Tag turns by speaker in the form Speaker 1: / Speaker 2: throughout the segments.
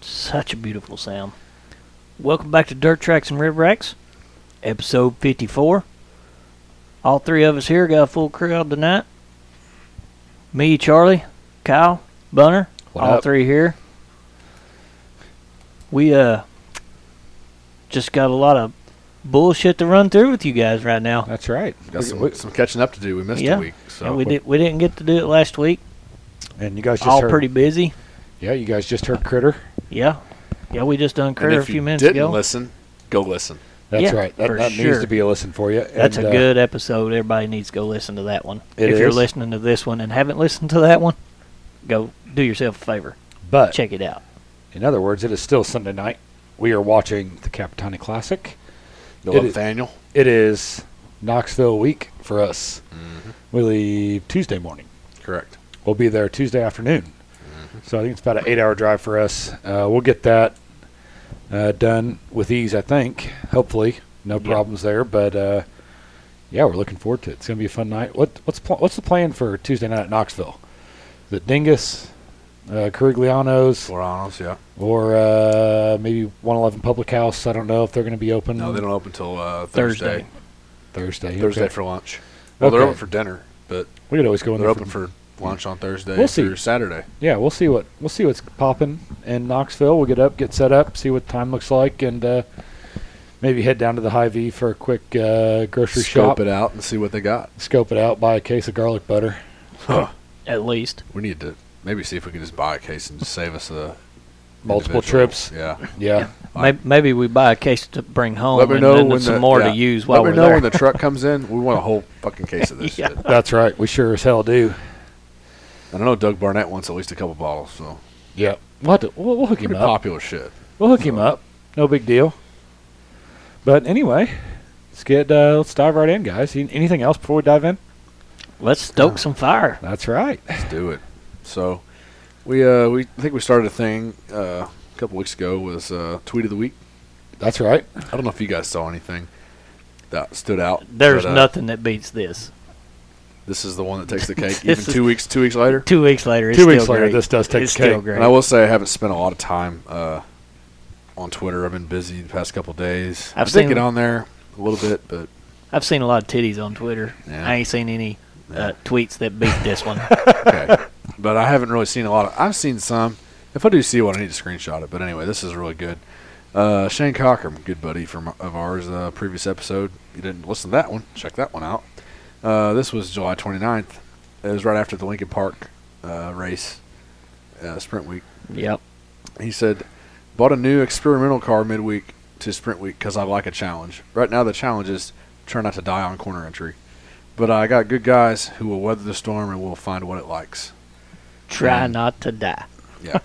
Speaker 1: such a beautiful sound. Welcome back to Dirt Tracks and Rib Racks, episode 54. All three of us here got a full crowd tonight. Me, Charlie, Kyle, Bunner,
Speaker 2: What
Speaker 1: all
Speaker 2: up?
Speaker 1: three here. We uh just got a lot of bullshit to run through with you guys right now.
Speaker 2: That's right.
Speaker 3: Got some,
Speaker 2: We-
Speaker 3: some catching up to do. We missed
Speaker 1: Yeah.
Speaker 3: a week, so
Speaker 1: and we did we didn't get to do it last week.
Speaker 2: And you guys just
Speaker 1: all
Speaker 2: heard,
Speaker 1: pretty busy.
Speaker 2: Yeah, you guys just heard Critter.
Speaker 1: Yeah. Yeah, we just done
Speaker 3: And
Speaker 1: Critter a
Speaker 3: if
Speaker 1: few
Speaker 3: you
Speaker 1: minutes
Speaker 3: didn't
Speaker 1: ago.
Speaker 3: listen, go listen.
Speaker 2: That's
Speaker 1: Yeah,
Speaker 2: right. That,
Speaker 1: for
Speaker 2: that
Speaker 1: sure.
Speaker 2: needs to be a listen for you.
Speaker 1: That's
Speaker 2: And,
Speaker 1: a
Speaker 2: uh,
Speaker 1: good episode. Everybody needs to go listen to that one.
Speaker 2: It
Speaker 1: if you're
Speaker 2: is.
Speaker 1: listening to this one and haven't listened to that one, go do yourself a favor.
Speaker 3: Uh,
Speaker 2: But
Speaker 1: Check it out.
Speaker 2: in other words, it is still Sunday night. We are watching the Capitani Classic.
Speaker 3: The
Speaker 2: It is-
Speaker 3: Nathaniel.
Speaker 2: It is Knoxville week for us. We leave Tuesday morning.
Speaker 3: Correct.
Speaker 2: We'll be there Tuesday afternoon. So I think it's about an eight-hour drive for us. Uh, we'll get that uh, done with ease, I think. Hopefully, no
Speaker 1: Yep.
Speaker 2: problems there. But uh, yeah, we're looking forward to it. It's gonna be a fun night. What what's pl- what's the plan for Tuesday night at Knoxville? The Dingus, uh, Carigliano's,
Speaker 3: Florano's, yeah.
Speaker 2: or uh, maybe 111 Public House. I don't know if they're gonna be open.
Speaker 3: No, they don't open until uh,
Speaker 1: Thursday.
Speaker 3: Thursday.
Speaker 2: Thursday.
Speaker 3: Thursday
Speaker 2: okay.
Speaker 3: for lunch. Well, they're
Speaker 2: Okay.
Speaker 3: open for dinner, but
Speaker 2: we could always go in
Speaker 3: they're
Speaker 2: there
Speaker 3: open for lunch on Thursday
Speaker 2: We'll see.
Speaker 3: through Saturday.
Speaker 2: Yeah, we'll see what we'll see what's popping in Knoxville. We'll get up, get set up, see what time looks like, and uh, maybe head down to the High V for a quick uh, grocery
Speaker 3: Scope
Speaker 2: shop.
Speaker 3: it out and see what they got.
Speaker 2: Scope it out, buy a case of garlic butter.
Speaker 1: At least.
Speaker 3: We need to maybe see if we can just buy a case and just save us the
Speaker 2: Multiple
Speaker 3: individual.
Speaker 2: trips.
Speaker 3: Yeah.
Speaker 2: Yeah,
Speaker 1: Maybe, maybe we buy a case to bring home
Speaker 3: Let me
Speaker 1: Oh, and
Speaker 3: know
Speaker 1: then
Speaker 3: when
Speaker 1: some
Speaker 3: the-
Speaker 1: more
Speaker 3: yeah.
Speaker 1: to use while
Speaker 3: Let
Speaker 1: we're
Speaker 3: me know
Speaker 1: there.
Speaker 3: when the truck comes in. We want a whole fucking case of this
Speaker 1: Yeah.
Speaker 3: shit.
Speaker 2: that's right. We sure as hell do.
Speaker 3: And I know Doug Barnett wants at least a couple bottles, so
Speaker 2: Yeah, we'll, have to- we'll, we'll hook him
Speaker 3: pretty
Speaker 2: up.
Speaker 3: popular shit.
Speaker 2: We'll hook him up. No big deal. But anyway, let's get uh, let's dive right in, guys. An- Anything else before we dive in?
Speaker 1: Let's stoke some fire.
Speaker 2: That's right.
Speaker 3: Let's do it. So we uh we I think we started a thing uh, a couple weeks ago was uh, tweet of the week.
Speaker 2: That's right.
Speaker 3: I don't know if you guys saw anything that stood out.
Speaker 1: There's
Speaker 3: but, uh,
Speaker 1: nothing that beats this.
Speaker 3: This is the one that takes the
Speaker 1: This
Speaker 3: cake. Even
Speaker 1: is-
Speaker 3: two weeks two weeks later.
Speaker 1: Two weeks later, it's
Speaker 2: Two
Speaker 1: still
Speaker 2: weeks later,
Speaker 1: great.
Speaker 2: this does take
Speaker 1: it's
Speaker 2: the cake.
Speaker 1: still great.
Speaker 3: And I will say I haven't spent a lot of time uh, on Twitter. I've been busy the past couple days.
Speaker 1: I've
Speaker 3: I did
Speaker 1: seen-
Speaker 3: get on there a little bit, but
Speaker 1: I've seen a lot of titties on Twitter.
Speaker 3: Yeah.
Speaker 1: I ain't seen any uh,
Speaker 3: Yeah.
Speaker 1: tweets that beat this one.
Speaker 3: okay. but I haven't really seen a lot of. I've seen some. If I do see one, I need to screenshot it. But anyway, this is really good. Uh, Shane Cochran, good buddy from of ours, uh, previous episode. You didn't listen to that one? Check that one out. Uh, this was July 29th. It was right after the Lincoln Park uh, race, uh, sprint week.
Speaker 1: yep.
Speaker 3: He said, "Bought a new experimental car midweek to sprint week because I like a challenge. Right now, the challenge is try not to die on corner entry, but I got good guys who will weather the storm and will find what it likes."
Speaker 1: Try
Speaker 3: Um,
Speaker 1: not to die.
Speaker 3: Yeah.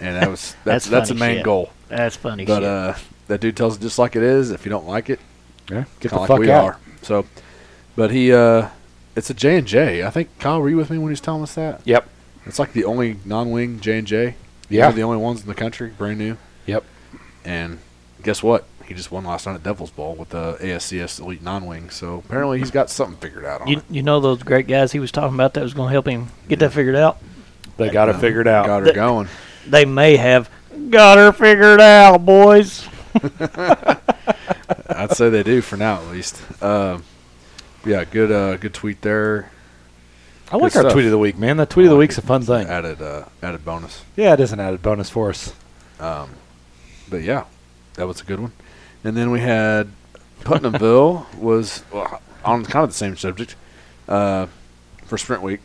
Speaker 3: and that was
Speaker 1: That's
Speaker 3: that's that's, the
Speaker 1: funny
Speaker 3: main
Speaker 1: shit.
Speaker 3: goal.
Speaker 1: That's funny
Speaker 3: But
Speaker 1: shit.
Speaker 3: uh, that dude tells it just like it is. If you don't like it,
Speaker 2: Yeah, get
Speaker 3: kinda
Speaker 2: the
Speaker 3: like
Speaker 2: fuck
Speaker 3: we
Speaker 2: out.
Speaker 3: are. So, but he uh, it's a J and J. I think Kyle were you with me when he was telling us that?
Speaker 2: Yep.
Speaker 3: It's like the only non-wing J and J.
Speaker 2: Yeah.
Speaker 3: the only ones in the country, brand new.
Speaker 2: Yep.
Speaker 3: And guess what? He just won last night at Devil's Bowl with the ASCS Elite Non-Wing. So apparently he's got something figured out on
Speaker 1: You,
Speaker 3: it.
Speaker 1: you know those great guys he was talking about that was going to help him get that figured out?
Speaker 2: They got it figured out.
Speaker 3: Got her
Speaker 1: Th-
Speaker 3: going.
Speaker 1: They may have got her figured out, boys.
Speaker 3: I'd say they do for now at least. Um, yeah, good uh, good tweet there.
Speaker 2: I like
Speaker 3: Good
Speaker 2: our
Speaker 3: stuff.
Speaker 2: tweet of the week, man. That tweet of the
Speaker 3: I like
Speaker 2: week's a fun thing.
Speaker 3: Added uh, added bonus.
Speaker 2: Yeah, it is an added bonus for us.
Speaker 3: Um, but yeah, that was a good one. And then we had Putnamville was well, on kind of the same subject uh, for Sprint Week.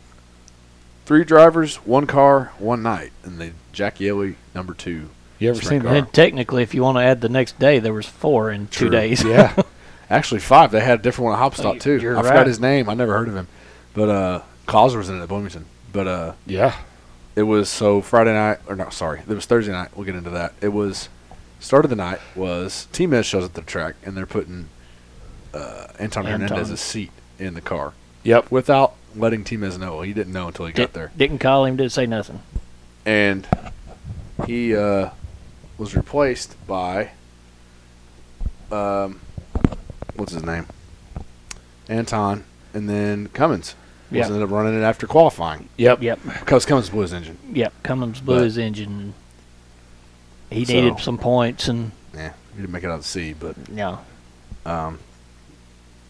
Speaker 3: Three drivers, one car, one night, and they Jack Yelly number two.
Speaker 2: You ever
Speaker 3: Sprint
Speaker 2: seen
Speaker 3: car.
Speaker 2: that?
Speaker 1: And technically, if you want to add the next day, there was four in two
Speaker 3: True.
Speaker 1: days.
Speaker 2: yeah,
Speaker 3: Actually, five. They had a different one at Hopstop
Speaker 1: you-
Speaker 3: too.
Speaker 1: you're
Speaker 3: I
Speaker 1: right.
Speaker 3: forgot his name. I never heard of him. But uh, Causer was in it at Bloomington. But uh,
Speaker 2: yeah.
Speaker 3: it was so Friday night or no, sorry, it was Thursday night. We'll get into that. It was start of the night was T Miz shows at the track and they're putting uh, Anton,
Speaker 1: Anton.
Speaker 3: Hernandez's seat in the car
Speaker 2: Yep.
Speaker 3: without letting T Miz know. He didn't know until he
Speaker 1: Di-
Speaker 3: got there,
Speaker 1: Didn't call him, didn't say nothing.
Speaker 3: and he uh, was replaced by um, what's his name, Anton, and then Cummins. Was
Speaker 1: Yeah.
Speaker 3: ended up running it after qualifying
Speaker 2: Yep.
Speaker 1: Yep,
Speaker 3: because Cummins blew his engine.
Speaker 1: yep. Cummins blew
Speaker 3: But-
Speaker 1: his engine. He
Speaker 3: So-
Speaker 1: needed some points, and
Speaker 3: Yeah, he didn't make it out of the sea, but
Speaker 1: no,
Speaker 3: um,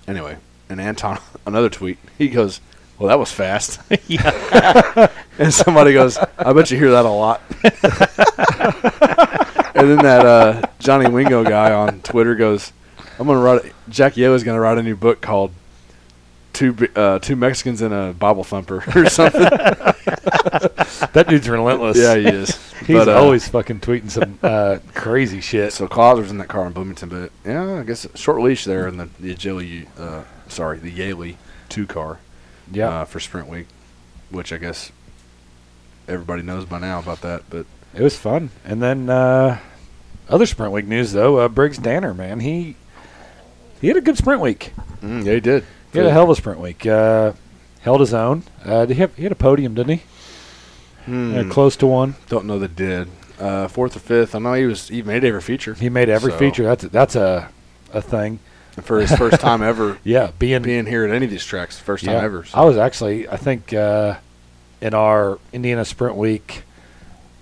Speaker 3: anyway. And Anton, another tweet, he goes, Well, that was fast.
Speaker 1: yeah,
Speaker 3: And somebody goes, I bet you hear that a lot. and then that uh, Johnny Wingo guy on Twitter goes, I'm going to write, Jack Yo is going to write a new book called Two, Bi- uh, Two Mexicans and a Bible Thumper or something.
Speaker 2: That dude's relentless.
Speaker 3: yeah, he is.
Speaker 2: he's
Speaker 3: But, uh,
Speaker 2: always fucking tweeting some uh, crazy shit.
Speaker 3: So Claus was in that car in Bloomington, but yeah, I guess a short leash there in the, the Yaley, uh, sorry, the Yaley 2 car
Speaker 2: Yeah,
Speaker 3: uh, for sprint week, which I guess everybody knows by now about that, but
Speaker 2: it was fun. And then uh, other sprint week news though. Uh, Briggs Danner, man, he he had a good sprint week.
Speaker 3: mm, yeah, he did.
Speaker 2: He had a hell of a sprint week. Uh, held his own. Uh, did he, have, he had a podium, didn't he?
Speaker 3: Hmm.
Speaker 2: Uh, close to one.
Speaker 3: Don't know that did. Uh, fourth or fifth. I know he was he made every feature
Speaker 2: He made every
Speaker 3: So-
Speaker 2: feature. That's a, that's a a thing.
Speaker 3: for his first time ever
Speaker 2: Yeah, being
Speaker 3: being here at any of these tracks. First time
Speaker 2: yeah.
Speaker 3: ever.
Speaker 2: I was actually I think uh, in our Indiana Sprint Week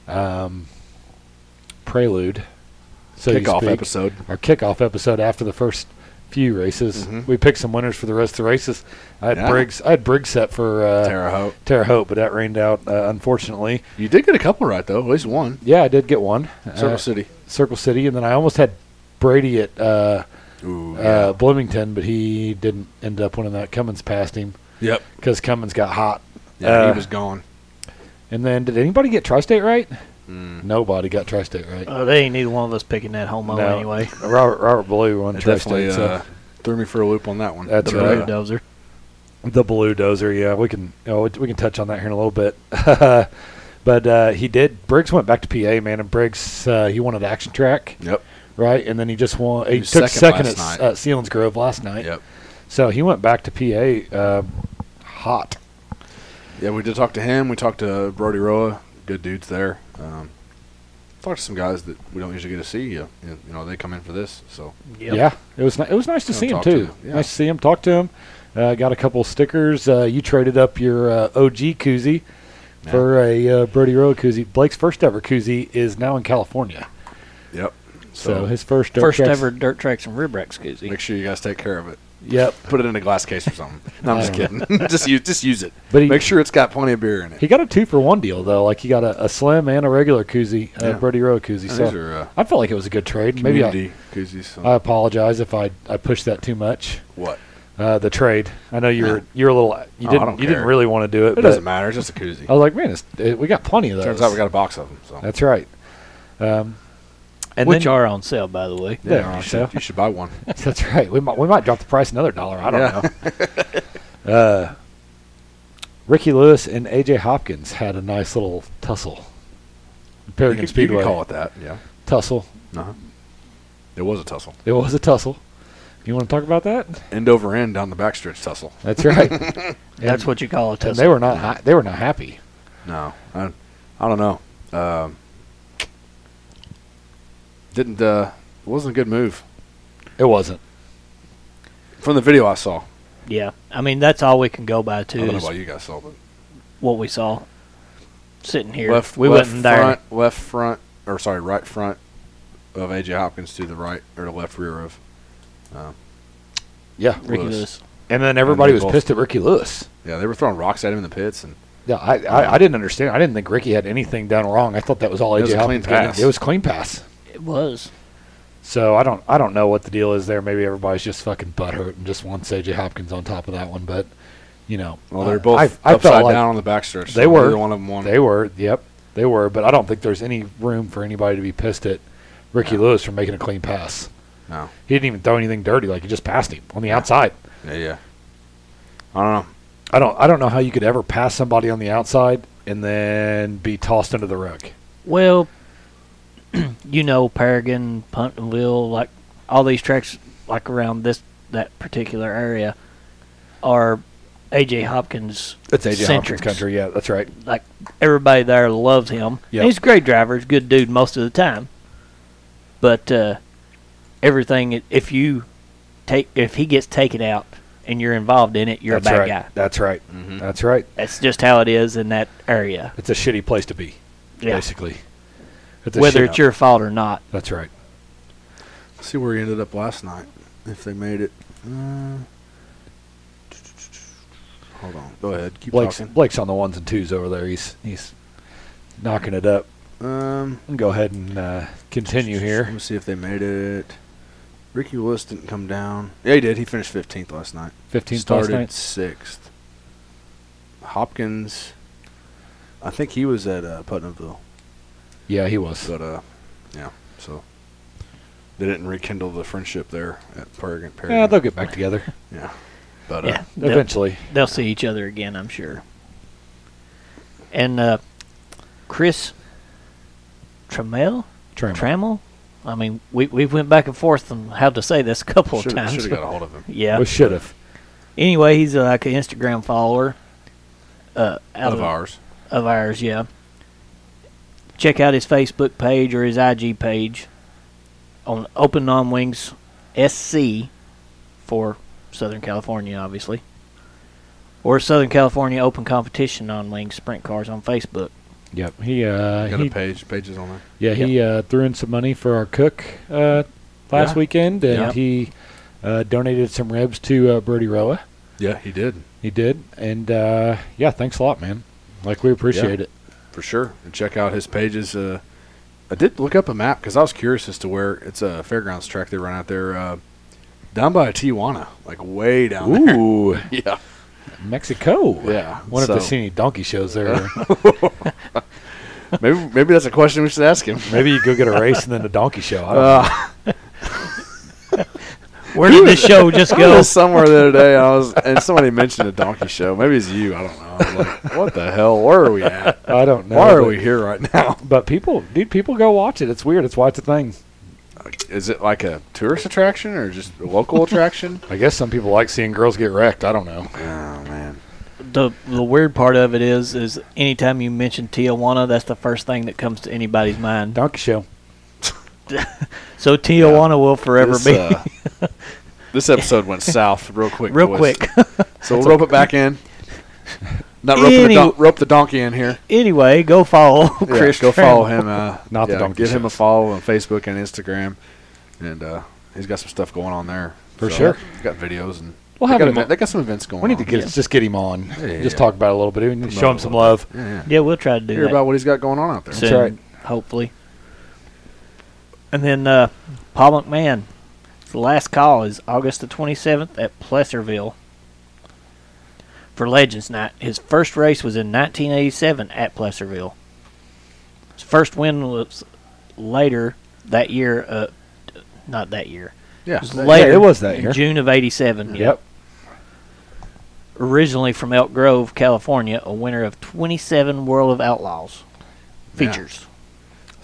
Speaker 2: um, prelude, so you
Speaker 3: Kickoff
Speaker 2: speak,
Speaker 3: episode.
Speaker 2: our kickoff episode after the first few races.
Speaker 3: Mhm.
Speaker 2: We picked some winners for the rest of the races. I had
Speaker 3: Yeah.
Speaker 2: Briggs I had Briggs set for uh,
Speaker 3: Terre Haute.
Speaker 2: Terre Haute, but that rained out uh, unfortunately.
Speaker 3: You did get a couple right though. At least one.
Speaker 2: Yeah, I did get one.
Speaker 3: Circle
Speaker 2: uh,
Speaker 3: City.
Speaker 2: Circle City, and then I almost had Brady at. Uh,
Speaker 3: Ooh.
Speaker 2: uh, Bloomington, but he didn't end up winning that. Cummins passed him
Speaker 3: yep.
Speaker 2: because Cummins got hot.
Speaker 3: Yeah,
Speaker 2: uh,
Speaker 3: he was gone.
Speaker 2: And then, did anybody get Tri-State right?
Speaker 3: Mm.
Speaker 2: Nobody got Tri-State right.
Speaker 1: uh, they ain't neither one of us picking that homo
Speaker 2: No.
Speaker 1: anyway.
Speaker 2: Robert Robert Blue won
Speaker 3: It
Speaker 2: Tri-State.
Speaker 3: definitely uh,
Speaker 2: so
Speaker 3: threw me for a loop on that one.
Speaker 2: That's
Speaker 1: The
Speaker 3: But,
Speaker 2: right.
Speaker 3: uh,
Speaker 1: bulldozer.
Speaker 2: the Blue Dozer, yeah, we can oh, we can touch on that here in a little bit. but uh, he did. Briggs went back to PA, man, and Briggs uh, he wanted action track,
Speaker 3: Yep.
Speaker 2: right? And then he just won. He,
Speaker 3: was
Speaker 2: took second,
Speaker 3: second
Speaker 2: at S-
Speaker 3: last
Speaker 2: uh, Sealands Grove last night.
Speaker 3: Yep.
Speaker 2: So he went back to PA uh, hot.
Speaker 3: Yeah, we did talk to him. We talked to Brody Roa. Good dudes there. Um, talked to some guys that we don't usually get to see. You, you know, they come in for this. So
Speaker 1: Yep.
Speaker 2: Yeah, it was ni- it was nice to
Speaker 3: Yeah,
Speaker 2: see him
Speaker 3: talk to
Speaker 2: too.
Speaker 3: him, yeah.
Speaker 2: Nice to see him. Talk to him. Uh, got a couple stickers. Uh, you traded up your uh, OG koozie
Speaker 3: Yeah.
Speaker 2: for a uh, Brody Road koozie. Blake's first ever koozie is now in California,
Speaker 3: yep.
Speaker 2: so,
Speaker 3: So,
Speaker 2: his first
Speaker 1: First
Speaker 2: Dirtbacks-
Speaker 1: ever dirt tracks and rib racks koozie.
Speaker 3: make sure you guys take care of it.
Speaker 2: Yep,
Speaker 3: put it in a glass case or something. No, I'm just
Speaker 2: I
Speaker 3: kidding. just use just use it.
Speaker 2: But he-
Speaker 3: Make sure it's got plenty of beer in it.
Speaker 2: he got a two for one deal though. Like he got a, a slim and a regular koozie, uh,
Speaker 3: Yeah.
Speaker 2: Brody Road koozie.
Speaker 3: These
Speaker 2: So
Speaker 3: are uh,
Speaker 2: I felt like it was a good trade. Maybe I,
Speaker 3: community koozies. So.
Speaker 2: I apologize if I I pushed that too much.
Speaker 3: what?
Speaker 2: Uh, the trade. I know you
Speaker 3: Yeah.
Speaker 2: were you were a little you
Speaker 3: Oh, I
Speaker 2: didn't
Speaker 3: don't
Speaker 2: you
Speaker 3: care.
Speaker 2: didn't really want to do it.
Speaker 3: It
Speaker 2: but
Speaker 3: doesn't matter. It's just a koozie.
Speaker 2: I was like, man, it's, it, we got plenty of those.
Speaker 3: Turns out we got a box of them. So
Speaker 2: That's right. Um, and
Speaker 1: Which
Speaker 2: then,
Speaker 1: are on sale, by the way.
Speaker 2: Yeah,
Speaker 3: you,
Speaker 2: so.
Speaker 3: should, you should buy one.
Speaker 2: that's right. We might we might drop the price another dollar. I don't
Speaker 3: Yeah.
Speaker 2: know. uh, Ricky Lewis and AJ Hopkins had a nice little tussle.
Speaker 3: You
Speaker 2: Paragon
Speaker 3: could, you
Speaker 2: Speedway
Speaker 3: could call it that. Yeah.
Speaker 2: tussle.
Speaker 3: Uh-huh. It was a tussle,
Speaker 2: It was a tussle. You want to talk about that?
Speaker 3: end over end down the backstretch tussle.
Speaker 2: That's right.
Speaker 1: That's what you call a
Speaker 2: And
Speaker 1: tussle.
Speaker 2: they were not hi- they were not happy.
Speaker 3: No, I, I don't know. Um, didn't uh, it wasn't a good move
Speaker 2: It wasn't.
Speaker 3: from the video I saw.
Speaker 1: Yeah, I mean that's all we can go by
Speaker 3: I
Speaker 1: too
Speaker 3: don't know
Speaker 1: is
Speaker 3: about you guys saw, but
Speaker 1: what we saw sitting here.
Speaker 3: Left,
Speaker 1: we
Speaker 3: left
Speaker 1: wasn't there.
Speaker 3: front, left front, or sorry, right front of AJ Hopkins to the right or the left rear of.
Speaker 2: Yeah.
Speaker 1: Ricky
Speaker 3: Lewis.
Speaker 1: Lewis.
Speaker 2: And then everybody
Speaker 3: they
Speaker 2: was
Speaker 3: both-
Speaker 2: pissed at Ricky Lewis.
Speaker 3: Yeah, they were throwing rocks at him in the pits, and
Speaker 2: Yeah, I, I, I didn't understand. I didn't think Ricky had anything done wrong. I thought that was all
Speaker 3: It
Speaker 2: AJ
Speaker 3: was a clean
Speaker 2: Hopkins. got.
Speaker 3: pass.
Speaker 2: It was clean pass.
Speaker 1: It was.
Speaker 2: So I don't I don't know what the deal is there. Maybe everybody's just fucking butthurt and just wants AJ Hopkins on top of that one. But you know,
Speaker 3: well, they're
Speaker 2: I-
Speaker 3: both
Speaker 2: I, Uh, I
Speaker 3: upside
Speaker 2: felt like
Speaker 3: down on the backstretch.
Speaker 2: they were.
Speaker 3: Neither one of them won.
Speaker 2: They were. Yep, they were. But I don't think there's any room for anybody to be pissed at Ricky Lewis for making a clean pass.
Speaker 3: no.
Speaker 2: He didn't even throw anything dirty. Like he just passed him on the outside.
Speaker 3: Yeah, yeah. I don't know.
Speaker 2: I don't I don't know how you could ever pass somebody on the outside and then be tossed under the rug.
Speaker 1: Well, you know, Paragon, Puntonville, like all these tracks, like around this that particular area, are AJ Hopkins.
Speaker 2: That's AJ Hopkins
Speaker 1: centrics.
Speaker 2: country. Yeah, that's right.
Speaker 1: Like everybody there loves him.
Speaker 2: Yep.
Speaker 1: And He's a great driver. He's a good dude most of the time. But uh, everything, i- if you take, if he gets taken out and you're involved in it, you're
Speaker 2: that's
Speaker 1: a bad
Speaker 2: right.
Speaker 1: guy. Mm-hmm.
Speaker 2: That's right.
Speaker 3: Mhm.
Speaker 2: That's right.
Speaker 1: That's just how it is in that area.
Speaker 2: It's a shitty place to be.
Speaker 1: Yeah.
Speaker 2: basically. It's a
Speaker 1: whether
Speaker 2: shit
Speaker 1: it's
Speaker 2: up.
Speaker 1: your fault or not.
Speaker 2: That's right.
Speaker 3: See where he ended up last night. If they made it. Uh, hold on. Go ahead. Keep
Speaker 2: Blake's
Speaker 3: talking.
Speaker 2: Blake's on the ones and twos over there. He's he's knocking it up.
Speaker 3: Um,
Speaker 2: I'll Go ahead and uh, continue
Speaker 3: Let
Speaker 2: here.
Speaker 3: me see if they made it. Ricky Willis didn't come down. Yeah, he did. He finished 15th last night.
Speaker 2: 15
Speaker 3: started
Speaker 2: started. Last
Speaker 3: sixth. Hopkins, I think he was at uh, Putnamville,
Speaker 2: night. Yeah, he was.
Speaker 3: but uh, yeah, so they didn't rekindle the friendship there at Paragon.
Speaker 2: Yeah,
Speaker 3: Paragon.
Speaker 2: they'll get back together
Speaker 3: yeah. but
Speaker 1: Yeah,
Speaker 3: uh,
Speaker 1: they'll,
Speaker 2: eventually.
Speaker 1: they'll see each other again, I'm sure. And uh, Chris Trammell,
Speaker 2: Trammell.
Speaker 1: Trammell. I mean, we we went back and forth on how to say this a couple
Speaker 3: should
Speaker 1: of times.
Speaker 3: have got a hold of him.
Speaker 1: yeah.
Speaker 2: We should have.
Speaker 1: Anyway, he's uh, like an Instagram follower. Uh, out
Speaker 3: of ours,
Speaker 1: of ours, yeah. Check out his Facebook page or his IG page on Open Non Wings SC for Southern California, obviously, or Southern California Open Competition Non Wings Sprint Cars on Facebook.
Speaker 2: Yep. He uh
Speaker 3: got
Speaker 2: he,
Speaker 3: a page, pages on there.
Speaker 2: yeah, he uh, threw in some money for our cook uh, last
Speaker 3: Yeah.
Speaker 2: weekend and
Speaker 1: Yeah.
Speaker 2: he uh, donated some ribs to uh, Brody Roa.
Speaker 3: Yeah, he did
Speaker 2: He did. And uh, yeah, thanks a lot, man. Like we appreciate it.
Speaker 3: for sure. And check out his pages. Uh, I did look up a map because I was curious as to where it's a fairgrounds track they run out there. Uh, down by Tijuana, like way down there.
Speaker 2: Ooh,
Speaker 3: Yeah.
Speaker 2: Mexico.
Speaker 3: Yeah,
Speaker 2: Wonder if
Speaker 3: so-
Speaker 2: they've seen any donkey shows there.
Speaker 3: Maybe maybe that's a question we should ask him.
Speaker 2: Maybe you go get a race and then a donkey show. I don't know.
Speaker 3: Uh,
Speaker 1: Where did this show just
Speaker 3: I
Speaker 1: go?
Speaker 3: was somewhere the other day, and I was, and somebody mentioned a donkey show. Maybe it's you. I don't know. I was like, what the hell? Where are we at?
Speaker 2: I don't know.
Speaker 3: Why are
Speaker 2: but-
Speaker 3: we here right now?
Speaker 2: But people, dude, people go watch it. It's weird. It's why it's a thing.
Speaker 3: Is it like a tourist attraction or just a local attraction?
Speaker 2: I guess some people like seeing girls get wrecked. I don't know.
Speaker 3: Oh man,
Speaker 1: The the weird part of it is is anytime you mention Tijuana, that's the first thing that comes to anybody's mind.
Speaker 2: Donkey show.
Speaker 1: So Tijuana will forever
Speaker 3: This,
Speaker 1: be
Speaker 3: uh, this episode went south real quick.
Speaker 1: real
Speaker 3: boys.
Speaker 1: quick.
Speaker 3: So we'll rope it back in. Not roping the
Speaker 1: Any-
Speaker 3: don- rope the donkey in here.
Speaker 2: Oh,
Speaker 1: anyway, go follow
Speaker 3: Yeah,
Speaker 1: Chris.
Speaker 3: go
Speaker 1: Trammell.
Speaker 3: follow him. Uh,
Speaker 2: Not the
Speaker 3: yeah,
Speaker 2: donkey
Speaker 3: Give him a
Speaker 2: shows.
Speaker 3: follow on Facebook and Instagram, and uh, he's got some stuff going on there
Speaker 2: For sure.
Speaker 3: He's got videos and
Speaker 2: We'll
Speaker 3: they
Speaker 2: have him
Speaker 3: got, event-
Speaker 2: on.
Speaker 3: they got some events going.
Speaker 2: We need to
Speaker 3: on.
Speaker 2: get just get him on.
Speaker 3: yeah,
Speaker 2: just
Speaker 3: yeah.
Speaker 2: talk about it a little bit and
Speaker 3: Promote
Speaker 2: show
Speaker 3: it
Speaker 2: him
Speaker 3: a
Speaker 2: some
Speaker 3: little
Speaker 2: love.
Speaker 3: Yeah, yeah.
Speaker 1: Yeah, we'll try to do
Speaker 3: Hear
Speaker 1: that.
Speaker 3: about what he's got going on out there.
Speaker 1: soon,
Speaker 2: right.
Speaker 1: hopefully. And then uh, Paul McMahon, the last call is August the 27th at Placerville for Legends Night. His first race was in 1987 at Placerville. His first win was later that year, uh, not that year.
Speaker 3: Yeah,
Speaker 1: It was
Speaker 3: that-
Speaker 1: later.
Speaker 2: it was that
Speaker 1: in
Speaker 2: year.
Speaker 1: June of 87. yeah.
Speaker 2: Yep.
Speaker 1: Originally from Elk Grove, California, a winner of 27 World of Outlaws
Speaker 3: Yeah.
Speaker 1: features.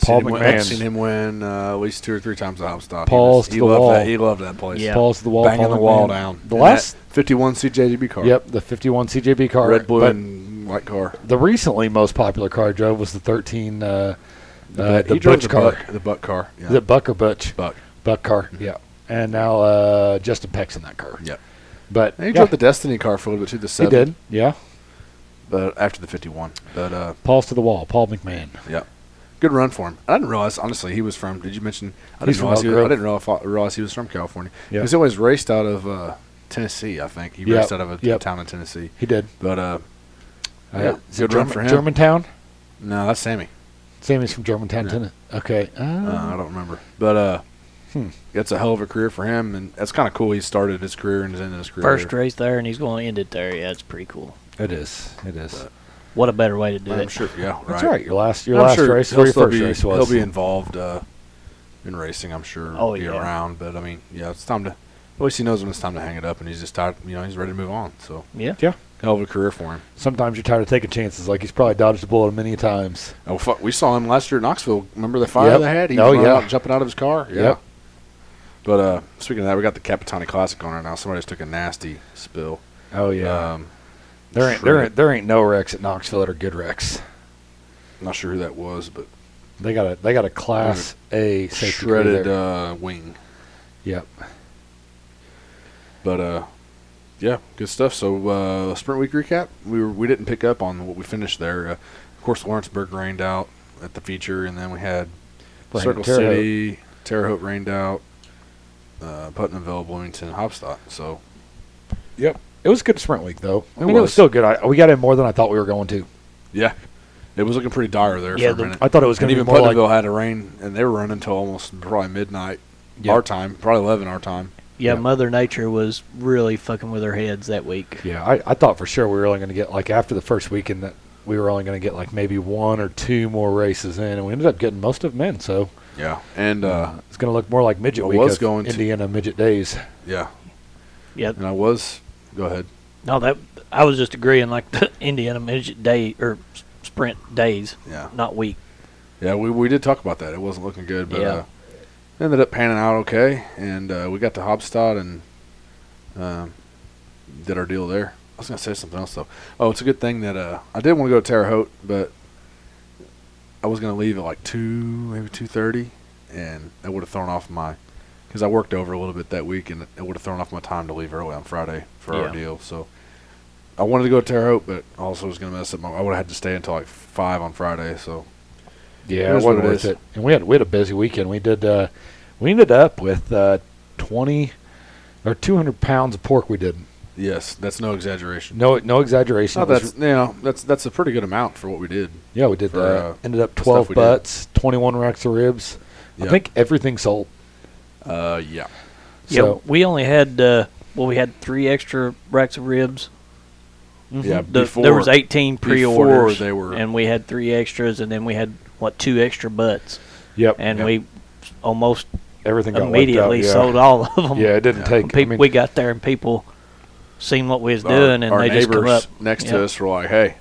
Speaker 2: Paul
Speaker 3: seen him win-
Speaker 2: McMahon's-
Speaker 3: Seen him win uh, at least two or three times at Hopstock.
Speaker 2: Balls
Speaker 3: he, was-
Speaker 2: to the
Speaker 3: he loved
Speaker 2: wall.
Speaker 3: that. He loved that place.
Speaker 1: Yeah.
Speaker 2: Balls to the wall.
Speaker 3: banging
Speaker 2: Paul
Speaker 3: the wall
Speaker 2: McMahon.
Speaker 3: down.
Speaker 2: The
Speaker 3: And
Speaker 2: last.
Speaker 3: that 51 CJGB car.
Speaker 2: Yep. The 51 CJB car.
Speaker 3: red, blue,
Speaker 2: But
Speaker 3: and white car.
Speaker 2: the recently most popular car I drove was the 13. Uh, uh,
Speaker 3: He
Speaker 2: the
Speaker 3: drove
Speaker 2: Butch car.
Speaker 3: Buck, the Buck car. Yeah.
Speaker 2: Is it Buck or Butch?
Speaker 3: Buck.
Speaker 2: Buck car.
Speaker 3: Mm-hmm.
Speaker 2: Yeah. And now uh, Justin Peck's in that car.
Speaker 3: Yep.
Speaker 2: But
Speaker 3: And he
Speaker 2: yeah,
Speaker 3: drove the Destiny car for a little bit too. The
Speaker 2: he
Speaker 3: seven.
Speaker 2: did. Yeah.
Speaker 3: but after the 51. But uh,
Speaker 2: Paul's to the wall. Paul McMahon.
Speaker 3: yeah, good run for him. I didn't realize honestly he was from. Did you mention? I
Speaker 2: He's
Speaker 3: didn't
Speaker 2: from
Speaker 3: realize. He
Speaker 2: Elk
Speaker 3: was, I
Speaker 2: Grove.
Speaker 3: didn't realize, realize he was from California.
Speaker 2: Yeah.
Speaker 3: He's always raced out of uh, Tennessee. I think he
Speaker 2: Yep,
Speaker 3: raced out of a
Speaker 2: yep.
Speaker 3: town in Tennessee.
Speaker 2: He did.
Speaker 3: But uh,
Speaker 2: Uh,
Speaker 3: Yeah,
Speaker 2: is it
Speaker 3: good run for him.
Speaker 2: Germantown.
Speaker 3: no, that's Sammy.
Speaker 2: Sammy's from Germantown,
Speaker 3: Yeah.
Speaker 2: Tennessee. Okay. Uh,
Speaker 3: Uh, I don't remember. But uh,
Speaker 2: Hmm.
Speaker 3: that's a hell of a career for him, and that's kind of cool. He started his career and is ending his career.
Speaker 1: First
Speaker 3: there.
Speaker 1: race there, and he's going to end it there. Yeah, it's pretty cool.
Speaker 2: it is. It is.
Speaker 1: What a better way to do
Speaker 3: I'm
Speaker 1: it.
Speaker 3: sure. Yeah,
Speaker 2: That's
Speaker 3: right.
Speaker 2: right. Your last, your
Speaker 3: I'm
Speaker 2: last
Speaker 3: sure
Speaker 2: race, is
Speaker 3: he'll
Speaker 2: where your
Speaker 3: still
Speaker 2: first
Speaker 3: be-
Speaker 2: race was.
Speaker 3: He'll be involved uh, in racing, I'm sure.
Speaker 1: Oh,
Speaker 3: be
Speaker 1: yeah.
Speaker 3: around, but I mean, yeah, it's time to. At least he knows when it's time to hang it up, and he's just tired. You know, he's ready to move on. So
Speaker 1: Yeah.
Speaker 2: yeah.
Speaker 3: hell of a career for him.
Speaker 2: Sometimes you're tired of taking chances. Like he's probably dodged a bullet many times.
Speaker 3: Oh fuck, we saw him last year at Knoxville. Remember the fire
Speaker 2: Yep.
Speaker 3: they had? He
Speaker 2: Oh,
Speaker 3: was
Speaker 2: yeah.
Speaker 3: out, jumping out of his car. Yeah.
Speaker 2: Yep.
Speaker 3: But uh, speaking of that, we got the Capitani Classic on right now. Somebody just took a nasty spill.
Speaker 2: Oh
Speaker 3: Um,
Speaker 2: there ain't there
Speaker 3: shredded.
Speaker 2: ain't, there ain't no wrecks at Knoxville that are good wrecks.
Speaker 3: Not sure who that was, but
Speaker 2: They got a they got a class A safety crew
Speaker 3: shredded
Speaker 2: there.
Speaker 3: uh, wing.
Speaker 2: yep.
Speaker 3: But uh, yeah, good stuff. So uh, sprint week recap. We were, we didn't pick up on what we finished there. Uh, of course, Lawrenceburg rained out at the feature, and then we had
Speaker 2: Playing
Speaker 3: Circle
Speaker 2: Terre Haute.
Speaker 3: City, Terre Haute rained out, uh, Putnamville, Bloomington, Hopstock. So
Speaker 2: It was a good sprint week, though. I
Speaker 3: It
Speaker 2: mean, it was
Speaker 3: was.
Speaker 2: still good. I, we got in more than I thought we were going to.
Speaker 3: yeah, it was looking pretty dire there
Speaker 1: Yeah,
Speaker 3: for
Speaker 1: the-
Speaker 3: a minute.
Speaker 2: I thought it was going
Speaker 3: And
Speaker 2: to be
Speaker 3: even
Speaker 2: more like
Speaker 3: Putnamville had a rain, and they were running until almost probably midnight
Speaker 2: Yeah.
Speaker 3: our time, probably eleven our time.
Speaker 1: Yeah,
Speaker 2: Yeah.
Speaker 1: Mother Nature was really fucking with her heads that week.
Speaker 2: Yeah, I, I thought for sure we were only going to get like after the first weekend that we were only going to get like maybe one or two more races in, and we ended up getting most of them in. So
Speaker 3: Yeah, and uh,
Speaker 2: it's going to look more like midget
Speaker 3: I
Speaker 2: week
Speaker 3: was
Speaker 2: of
Speaker 3: going to-
Speaker 2: Indiana midget days.
Speaker 3: yeah,
Speaker 1: Yeah,
Speaker 3: and I was. Go ahead.
Speaker 1: no, that I was just agreeing like the Indiana midget day or s- sprint days,
Speaker 3: Yeah,
Speaker 1: not week.
Speaker 3: yeah, we we did talk about that. It wasn't looking good, but
Speaker 1: Yeah.
Speaker 3: uh, ended up panning out okay, and uh, we got to Hobstad and um, did our deal there. I was gonna say something else though. Oh, it's a good thing that uh, I did want to go to Terre Haute, but I was gonna leave at like two, maybe two thirty, and that would have thrown off my because I worked over a little bit that week, and it would have thrown off my time to leave early on Friday for
Speaker 1: Yeah.
Speaker 3: our deal. So I wanted to go to Terre Haute, but also was gonna mess up my. I would have had to stay until like five on Friday. So
Speaker 2: Yeah,
Speaker 3: It
Speaker 2: it
Speaker 3: is what
Speaker 2: wasn't
Speaker 3: it
Speaker 2: worth
Speaker 3: is.
Speaker 2: it. And we had we had a busy weekend. We did uh, we ended up with uh, twenty or two hundred pounds of pork. We did
Speaker 3: yes, that's no exaggeration.
Speaker 2: no no exaggeration.
Speaker 3: No,
Speaker 2: It was-
Speaker 3: Oh, that's you know that's that's a pretty good amount for what we did.
Speaker 2: yeah, we did
Speaker 3: for,
Speaker 2: that.
Speaker 3: uh,
Speaker 2: ended up
Speaker 3: stuff
Speaker 2: twelve
Speaker 3: we did.
Speaker 2: butts, twenty one racks of ribs. I
Speaker 3: Yeah.
Speaker 2: think everything sold.
Speaker 3: Uh, yeah,
Speaker 1: yeah,
Speaker 2: So
Speaker 1: we only had uh, well, we had three extra racks of ribs.
Speaker 3: yeah.
Speaker 1: The,
Speaker 3: before
Speaker 1: there was eighteen pre-orders,
Speaker 3: they were-
Speaker 1: and we had three extras, and then we had what two extra butts,
Speaker 2: yep,
Speaker 1: and
Speaker 3: Yeah.
Speaker 1: we almost
Speaker 2: everything got wiped out,
Speaker 1: immediately
Speaker 2: yeah.
Speaker 1: sold all of them.
Speaker 2: Yeah, it didn't
Speaker 3: Yeah.
Speaker 2: take. I
Speaker 1: People,
Speaker 2: mean-
Speaker 1: we got there and people seen what we was
Speaker 3: our,
Speaker 1: doing, and
Speaker 3: Uh, our
Speaker 1: they
Speaker 3: neighbors
Speaker 1: just come up.
Speaker 3: next
Speaker 1: Yeah.
Speaker 3: to us were like, "Hey,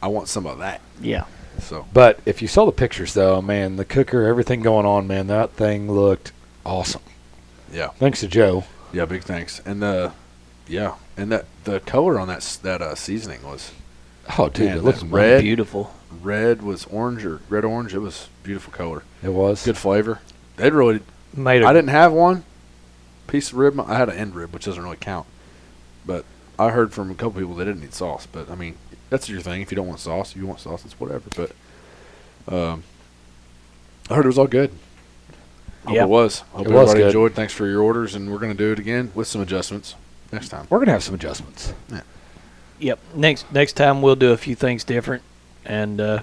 Speaker 3: I want some of that."
Speaker 1: Yeah,
Speaker 3: So
Speaker 2: But if you saw the pictures, though, man, the cooker, everything going on, man, that thing looked awesome.
Speaker 3: yeah,
Speaker 2: Thanks to Joe.
Speaker 3: yeah, big thanks. And the yeah, and that the color on that s- that uh, seasoning was
Speaker 2: Oh, dude,
Speaker 3: Man,
Speaker 2: it looked
Speaker 3: that
Speaker 2: wonderful.
Speaker 3: Red.
Speaker 1: beautiful.
Speaker 3: red was orange or red orange. It was beautiful color,
Speaker 2: It was.
Speaker 3: good flavor. They really.
Speaker 1: Made a
Speaker 3: I didn't have one piece of rib. I had an end rib, which doesn't really count. But I heard from a couple people they didn't need sauce. But I mean, that's your thing. If you don't want sauce, you want sauce. It's whatever. But um, I heard it was all good. Hope
Speaker 1: Yeah.
Speaker 3: it was. Hope
Speaker 2: It was
Speaker 3: everybody
Speaker 2: good.
Speaker 3: enjoyed. Thanks for your orders, and we're gonna do it again with some adjustments next time.
Speaker 2: We're going to have some adjustments.
Speaker 1: Yep. Next next time we'll do a few things different, and uh,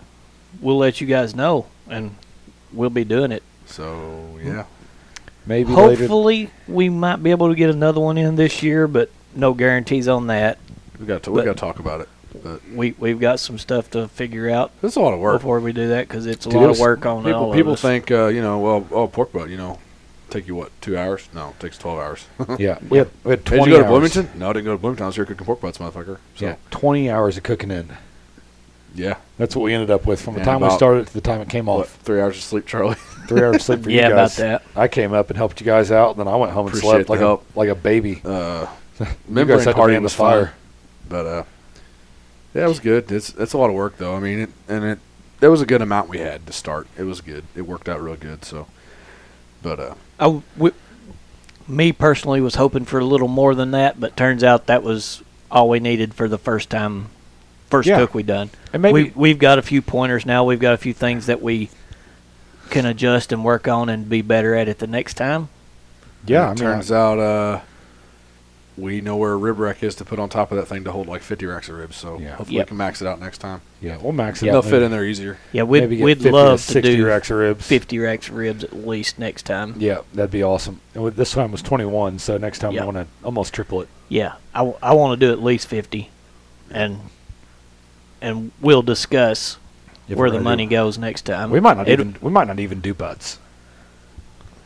Speaker 1: we'll let you guys know, and we'll be doing it.
Speaker 3: So
Speaker 2: Mm-hmm.
Speaker 3: yeah,
Speaker 2: Maybe later.
Speaker 1: Hopefully, we might be able to get another one in this year, but no guarantees on that.
Speaker 3: we got to
Speaker 1: But-
Speaker 3: we got to talk about it. But
Speaker 1: We we've got some stuff to figure out
Speaker 3: it's a lot of work.
Speaker 1: before we do that because it's a
Speaker 2: Dude, it
Speaker 1: lot
Speaker 2: was-
Speaker 1: of work on all
Speaker 3: People
Speaker 1: of
Speaker 3: people
Speaker 1: us.
Speaker 3: think uh, you know well oh pork butt you know take you what two hours? No, it takes twelve hours.
Speaker 2: yeah, we had, we had 20
Speaker 3: Did you go to
Speaker 2: hours.
Speaker 3: Bloomington? No, I didn't go to Bloomington. I was here cooking pork butts, motherfucker. So,
Speaker 2: Yeah,
Speaker 3: yeah.
Speaker 2: 20 hours of cooking in. That's what we ended up with from the
Speaker 3: And
Speaker 2: time we
Speaker 3: about-
Speaker 2: started to the time it came
Speaker 3: What,
Speaker 2: off.
Speaker 3: three hours of sleep, Charlie?
Speaker 2: Three hours sleep for
Speaker 1: yeah,
Speaker 2: you
Speaker 1: about
Speaker 2: guys.
Speaker 1: that.
Speaker 2: I came up and helped you guys out, and then I went home and slept
Speaker 3: Appreciate the
Speaker 2: like a,
Speaker 3: help.
Speaker 2: like a baby.
Speaker 3: Uh,
Speaker 2: You guys
Speaker 3: membrane
Speaker 2: had to be
Speaker 3: party
Speaker 2: in the
Speaker 3: was fire.
Speaker 2: fire.
Speaker 3: But, uh, yeah, it was good. It's, it's a lot of work, though. I mean, it, and it, there was a good amount we had to start. It was good. It worked out real good, so. But, uh,
Speaker 1: I w- w- me personally was hoping for a little more than that, but turns out that was all we needed for the first time, first
Speaker 2: Yeah.
Speaker 1: cook we done.
Speaker 2: And maybe-
Speaker 1: we, we've got a few pointers now. We've got a few things that we can adjust and work on and be better at it the next time.
Speaker 2: Yeah, I
Speaker 3: it
Speaker 2: mean,
Speaker 3: turns out, uh, we know where a rib rack is to put on top of that thing to hold like 50 racks of ribs, so
Speaker 2: Yeah.
Speaker 3: hopefully
Speaker 1: Yep.
Speaker 3: we can max it out next time.
Speaker 2: yeah, we'll max it
Speaker 3: They'll
Speaker 2: out.
Speaker 3: fit in there easier.
Speaker 1: Yeah, we'd
Speaker 2: maybe get
Speaker 1: we'd
Speaker 2: 50 to
Speaker 1: love to,
Speaker 2: 60
Speaker 1: do
Speaker 2: racks of ribs.
Speaker 1: fifty racks of ribs at least next time.
Speaker 2: Yeah, that'd be awesome. And with- This time was 21, so next time
Speaker 1: Yeah.
Speaker 2: I want to almost triple it.
Speaker 1: Yeah, I, want to do at least fifty, and and we'll discuss
Speaker 2: If
Speaker 1: where
Speaker 2: we're
Speaker 1: the
Speaker 2: gonna
Speaker 1: money
Speaker 2: do-
Speaker 1: goes next time.
Speaker 2: We might not
Speaker 1: It-
Speaker 2: even we might not even do butts.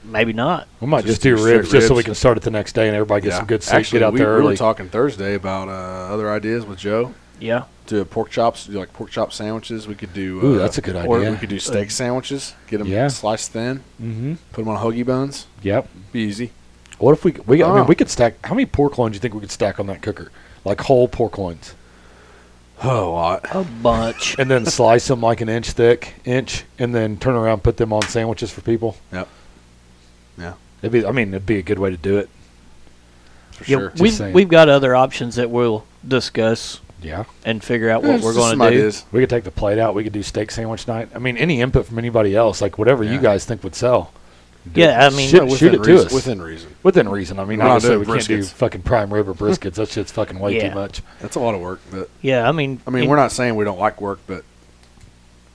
Speaker 1: maybe not.
Speaker 2: We might just,
Speaker 3: Just
Speaker 2: do
Speaker 3: do
Speaker 2: ribs,
Speaker 3: straight
Speaker 2: just so we
Speaker 3: ribs.
Speaker 2: can start it the next day and everybody gets some good sleep.
Speaker 3: Actually,
Speaker 2: get out
Speaker 3: we,
Speaker 2: there
Speaker 3: we
Speaker 2: early.
Speaker 3: were talking Thursday about uh, other ideas with Joe.
Speaker 1: Yeah.
Speaker 3: Do pork chops, do like pork chop sandwiches. We could do. Uh,
Speaker 2: Ooh, that's a good
Speaker 3: Or
Speaker 2: idea.
Speaker 3: we could do
Speaker 1: Uh,
Speaker 3: steak sandwiches. Get them
Speaker 2: Yeah.
Speaker 3: sliced thin.
Speaker 2: mm-hmm.
Speaker 3: Put them on hoagie buns.
Speaker 2: Yep.
Speaker 3: Be easy.
Speaker 2: What if we we I
Speaker 3: Oh.
Speaker 2: mean we could stack how many pork loins do you think we could stack on that cooker? Like whole pork loins,
Speaker 3: Oh, a lot.
Speaker 1: A bunch.
Speaker 2: and then slice them like an inch thick, inch, and then turn around and put them on sandwiches for people.
Speaker 3: Yep. Yeah,
Speaker 2: It'd be I mean it'd be a good way to do it.
Speaker 3: for
Speaker 1: yeah,
Speaker 3: sure.
Speaker 2: Just
Speaker 1: we've
Speaker 2: saying.
Speaker 1: we've got other options that we'll discuss
Speaker 2: Yeah.
Speaker 1: and figure out what
Speaker 3: It's
Speaker 1: we're
Speaker 3: just
Speaker 1: going
Speaker 3: some
Speaker 1: to do.
Speaker 3: ideas.
Speaker 2: We could take the plate out. We could do steak sandwich night. I mean, any input from anybody else, like whatever you
Speaker 3: Yeah.
Speaker 2: guys think would sell.
Speaker 1: Yeah, I mean,
Speaker 2: Shit,
Speaker 3: Yeah, within
Speaker 2: shoot it to
Speaker 3: reason,
Speaker 2: us.
Speaker 3: Within reason.
Speaker 2: Within reason. I mean,
Speaker 3: We're not
Speaker 2: obviously,
Speaker 3: doing
Speaker 2: we can't do
Speaker 3: briskets.
Speaker 2: fucking prime rib or briskets. that shit's fucking way
Speaker 1: Yeah.
Speaker 2: too much.
Speaker 3: That's a lot of work, but
Speaker 1: yeah, I mean,
Speaker 3: I mean,
Speaker 1: in-
Speaker 3: we're not saying we don't like work, but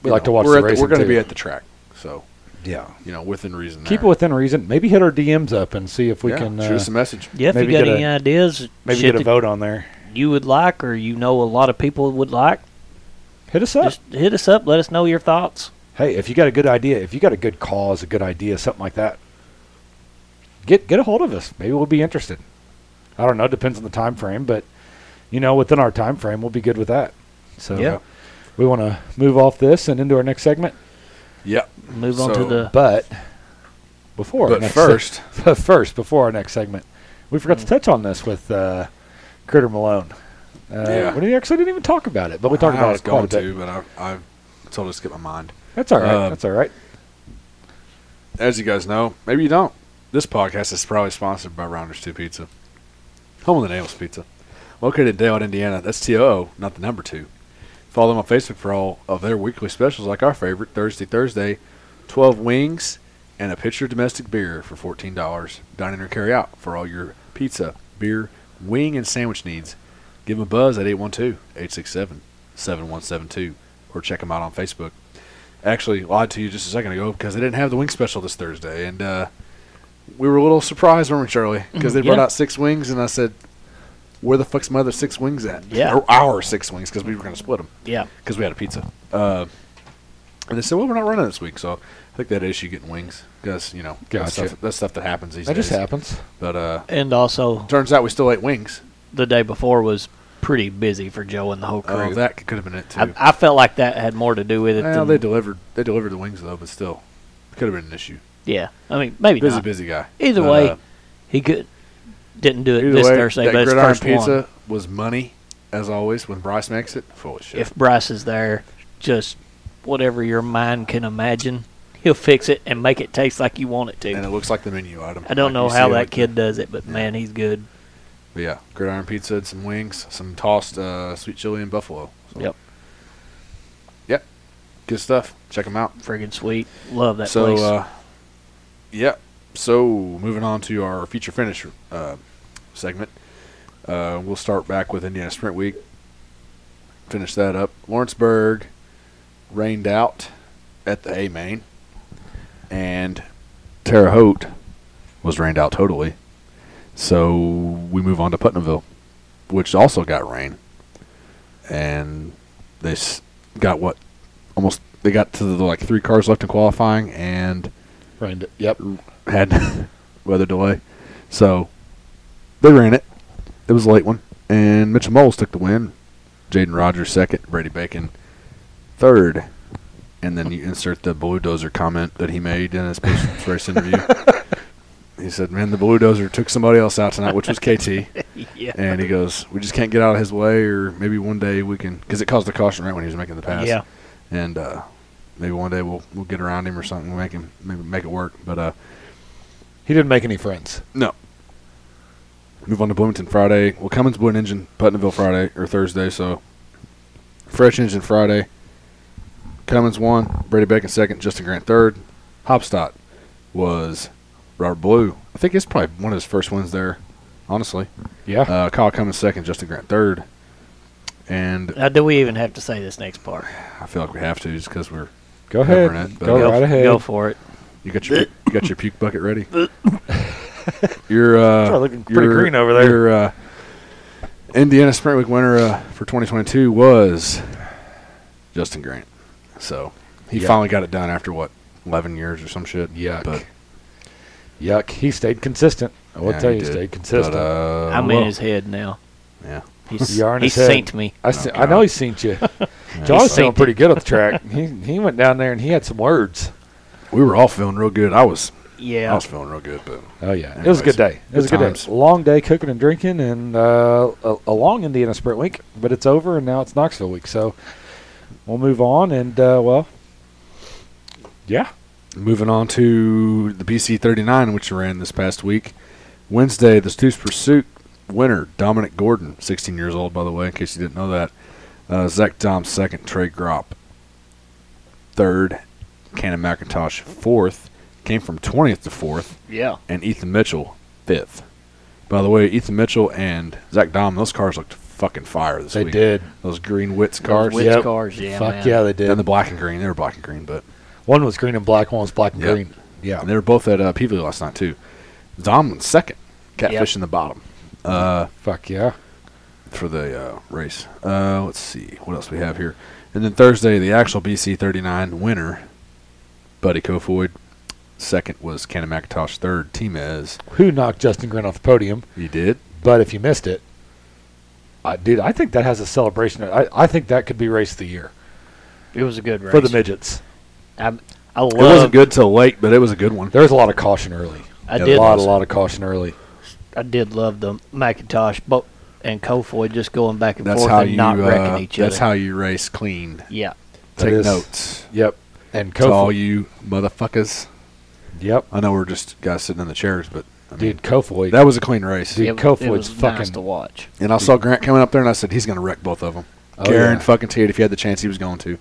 Speaker 2: We
Speaker 3: you
Speaker 2: like
Speaker 3: know,
Speaker 2: to watch
Speaker 3: We're,
Speaker 2: the
Speaker 3: at
Speaker 2: racing
Speaker 3: we're going
Speaker 2: too.
Speaker 3: be at the track, so
Speaker 2: Yeah.
Speaker 3: you know, within reason.
Speaker 2: Keep it
Speaker 3: there.
Speaker 2: within reason. Maybe hit our DMs up and see if we
Speaker 3: Yeah,
Speaker 2: can
Speaker 3: shoot
Speaker 2: uh,
Speaker 3: us a message.
Speaker 1: Yeah, if you
Speaker 2: maybe
Speaker 1: got
Speaker 2: get
Speaker 1: any
Speaker 2: a-
Speaker 1: ideas,
Speaker 2: maybe
Speaker 1: shit
Speaker 2: get a
Speaker 1: that
Speaker 2: vote on there.
Speaker 1: you would like or you know a lot of people would like,
Speaker 2: Hit us up.
Speaker 1: just hit us up. Let us know your thoughts.
Speaker 2: hey, if you got a good idea, if you got a good cause, a good idea, something like that, get get a hold of us. Maybe we'll be interested. I don't know. Depends on the time frame, but you know, within our time frame, we'll be good with that. So
Speaker 1: Yeah.
Speaker 2: we want to move off this and into our next segment.
Speaker 3: Yep.
Speaker 1: Move on to
Speaker 3: So-
Speaker 1: the
Speaker 2: But before, our
Speaker 3: But
Speaker 2: next
Speaker 3: first, Mm.
Speaker 2: but first, before our next segment, we forgot to touch on this with uh, Critter Malone. Uh,
Speaker 3: Yeah.
Speaker 2: We actually didn't even talk about it, but we talked
Speaker 3: I
Speaker 2: about
Speaker 3: was
Speaker 2: it quite a
Speaker 3: going
Speaker 2: bit.
Speaker 3: to, but I, I told it to skip my mind.
Speaker 2: That's all right.
Speaker 3: Um,
Speaker 2: that's all right.
Speaker 3: As you guys know, maybe you don't. This podcast is probably sponsored by Rounders Two Pizza, home of the Nails Pizza, located in Dale, Indiana. That's T O O, not the number two. Follow them on Facebook for all of their weekly specials, like our favorite Thursday Thursday, twelve wings and a pitcher of domestic beer for fourteen dollars. Dine in or carry out for all your pizza, beer, wing, and sandwich needs. Give them a buzz at 812-867-7172 or check them out on Facebook. Actually, lied to you just a second ago because they didn't have the wing special this Thursday, and uh, we were a little surprised, weren't we, Charlie? Because they brought
Speaker 1: Yeah.
Speaker 3: out six wings, and I said, "Where the fuck's my other six wings at?"
Speaker 1: Yeah.
Speaker 3: or our six wings because we were going to split them
Speaker 1: yeah.
Speaker 3: because we had a pizza. Uh, and they said, "Well, we're not running this week," so I think that issue getting wings because you know that's,
Speaker 2: Gotcha.
Speaker 3: stuff, that's stuff that happens these
Speaker 2: That
Speaker 3: days.
Speaker 2: just happens.
Speaker 3: But uh,
Speaker 1: And also,
Speaker 3: turns out we still ate wings.
Speaker 1: the day before was pretty busy for Joe and the whole crew.
Speaker 3: Oh, that could have been it too.
Speaker 1: I, I felt like that had more to do with it.
Speaker 3: well,
Speaker 1: than,
Speaker 3: they delivered. They delivered the wings though, but still, could have been an issue.
Speaker 1: yeah, I mean, maybe
Speaker 3: Busy,
Speaker 1: not.
Speaker 3: busy guy.
Speaker 1: Either
Speaker 3: But,
Speaker 1: way,
Speaker 3: uh,
Speaker 1: he could didn't do it
Speaker 3: Either
Speaker 1: this
Speaker 3: way,
Speaker 1: Thursday,
Speaker 3: that
Speaker 1: but it's
Speaker 3: gridiron
Speaker 1: first
Speaker 3: pizza
Speaker 1: one.
Speaker 3: was money, as always. When Bryce makes it, full of shit.
Speaker 1: If Bryce is there, just whatever your mind can imagine, he'll fix it and make it taste like you want it to.
Speaker 3: and it looks like the menu item.
Speaker 1: I don't
Speaker 3: Like, you
Speaker 1: know
Speaker 3: see
Speaker 1: how
Speaker 3: it
Speaker 1: that
Speaker 3: like-
Speaker 1: kid does it, but man, he's good.
Speaker 3: But yeah, gridiron pizza, and some wings, some tossed uh, sweet chili and buffalo. So,
Speaker 1: Yep,
Speaker 3: Yep. Good stuff. Check them out.
Speaker 1: friggin' sweet. Love that
Speaker 3: so,
Speaker 1: place.
Speaker 3: uh, yeah. So moving on to our feature finish uh, segment, uh, we'll start back with Indiana Sprint Week. Finish that up. Lawrenceburg rained out at the A Main, and Terre Haute was rained out totally. So we move on to Putnamville, which also got rain, and they s- got what almost they got to the like three cars left in qualifying and
Speaker 2: Right. Yep.
Speaker 3: had weather delay. So they ran it. It was a late one. And Mitchell Moles took the win. Jaden Rogers second, Brady Bacon third. And then you insert the bulldozer comment that he made in his post race interview. He said, Man, the bulldozer took somebody else out tonight, which was KT.
Speaker 1: yeah,
Speaker 3: And he goes, We just can't get out of his way, or maybe one day we can. Because it caused the caution right when he was making the pass
Speaker 1: yeah.
Speaker 3: and uh, maybe one day we'll we'll get around him or something, make him maybe make it work. But uh,
Speaker 2: He didn't make any friends.
Speaker 3: no. Move on to Bloomington Friday. Well, Cummins blew an engine Putnamville Friday or Thursday, so fresh engine Friday. Cummins won. Brady Bacon second. Justin Grant third. Hopstott was Robert Blue. I think it's probably one of his first wins there, honestly.
Speaker 2: Yeah.
Speaker 3: Uh, Kyle Cummins second. Justin Grant third. And
Speaker 1: Uh, do we even have to say this next part?
Speaker 3: I feel like we have to just because we're
Speaker 2: go
Speaker 3: covering
Speaker 2: ahead.
Speaker 3: it, but-
Speaker 2: go
Speaker 3: Go-
Speaker 2: right ahead.
Speaker 1: Go for it.
Speaker 3: You got your you got your puke bucket ready. you're uh,
Speaker 2: Sorry, looking pretty
Speaker 3: your-
Speaker 2: green over there.
Speaker 3: Your uh, Indiana Sprint Week winner uh, for 2022 was Justin Grant. So he
Speaker 2: Yeah.
Speaker 3: finally got it done after what 11 years or some shit.
Speaker 2: Yuck.
Speaker 3: But
Speaker 2: Yuck. He stayed consistent. I will
Speaker 3: yeah,
Speaker 2: tell
Speaker 3: he
Speaker 2: you, he
Speaker 3: did.
Speaker 2: stayed consistent.
Speaker 3: But, uh,
Speaker 1: I'm
Speaker 3: well,
Speaker 1: in his head now.
Speaker 3: yeah.
Speaker 1: He's,
Speaker 2: You are in
Speaker 1: he's
Speaker 2: his head.
Speaker 1: synced me.
Speaker 2: I, se-
Speaker 3: Oh,
Speaker 2: I know
Speaker 3: God.
Speaker 2: he seen you. John's feeling
Speaker 1: synced
Speaker 2: pretty good at the track. he he went down there and he had some words.
Speaker 3: We were all feeling real good. I was I
Speaker 1: Yeah.
Speaker 3: was feeling real good, but
Speaker 2: Oh yeah, it was a good
Speaker 3: Anyways,
Speaker 2: day. It was a
Speaker 3: good
Speaker 2: good
Speaker 3: times.
Speaker 2: day. Long day cooking and drinking, and uh, a, a long Indiana Sprint week, but it's over, and now it's Knoxville week. So we'll move on, and uh, well, yeah,
Speaker 3: Moving on to the BC 39, which ran this past week. Wednesday, the Stoops Pursuit winner, Dominic Gordon, 16 years old, by the way, in case you didn't know that. Uh, Zach Dom, second. Trey Gropp, third. Cannon McIntosh, fourth. Came from 20th to fourth.
Speaker 1: Yeah.
Speaker 3: And Ethan Mitchell, fifth. By the way, Ethan Mitchell and Zach Dom, those cars looked fucking fire this
Speaker 2: They
Speaker 3: week.
Speaker 2: did.
Speaker 3: Those green Wits cars.
Speaker 1: Wits
Speaker 2: Yep.
Speaker 1: cars, yeah.
Speaker 2: Fuck
Speaker 1: man.
Speaker 2: yeah, they did.
Speaker 3: And the black and green. They were black and green, but
Speaker 2: one was green and black, one was black and
Speaker 3: Yep.
Speaker 2: green. Yeah.
Speaker 3: and they were both at uh, Peavey last night, too. Dom was second. Catfish in the bottom. Uh,
Speaker 2: Fuck yeah.
Speaker 3: for the uh, race. Uh, let's see what else we have here. And then Thursday, the actual BC 39 winner, Buddy Kofoid. Second was Cannon McIntosh. Third, Timez.
Speaker 2: Who knocked Justin Green off the podium?
Speaker 3: You did?
Speaker 2: But if you missed it, I, dude, I think that has a celebration. I, I think that could be race of the year
Speaker 1: It was a good race.
Speaker 2: for the midgets.
Speaker 1: I, I love.
Speaker 3: It wasn't good till late, but it was a good one.
Speaker 2: There was a lot of caution early.
Speaker 1: I
Speaker 3: Yeah,
Speaker 2: A
Speaker 1: did.
Speaker 2: lot, a lot of caution early.
Speaker 1: I did love the Macintosh, but and Kofoid just going back and
Speaker 3: That's
Speaker 1: forth
Speaker 3: how
Speaker 1: and
Speaker 3: you.
Speaker 1: not wrecking
Speaker 3: uh,
Speaker 1: each
Speaker 3: that's
Speaker 1: other.
Speaker 3: how you race clean.
Speaker 1: yeah.
Speaker 2: That
Speaker 3: Take
Speaker 2: is-
Speaker 3: notes.
Speaker 2: Yep. And
Speaker 3: To all
Speaker 2: Kofoid.
Speaker 3: you motherfuckers.
Speaker 2: Yep.
Speaker 3: I know we're just guys sitting in the chairs, but I mean,
Speaker 2: Dude, Kofoid.
Speaker 3: that was a clean race.
Speaker 2: Dude,
Speaker 1: it, w-
Speaker 2: Kofoid's
Speaker 1: it was nice
Speaker 2: fucking-
Speaker 1: to watch.
Speaker 3: and I saw Grant coming up there, and I said he's going to wreck both of them.
Speaker 2: Oh,
Speaker 3: Garen
Speaker 2: yeah.
Speaker 3: fucking teed if he had the chance, he was going to,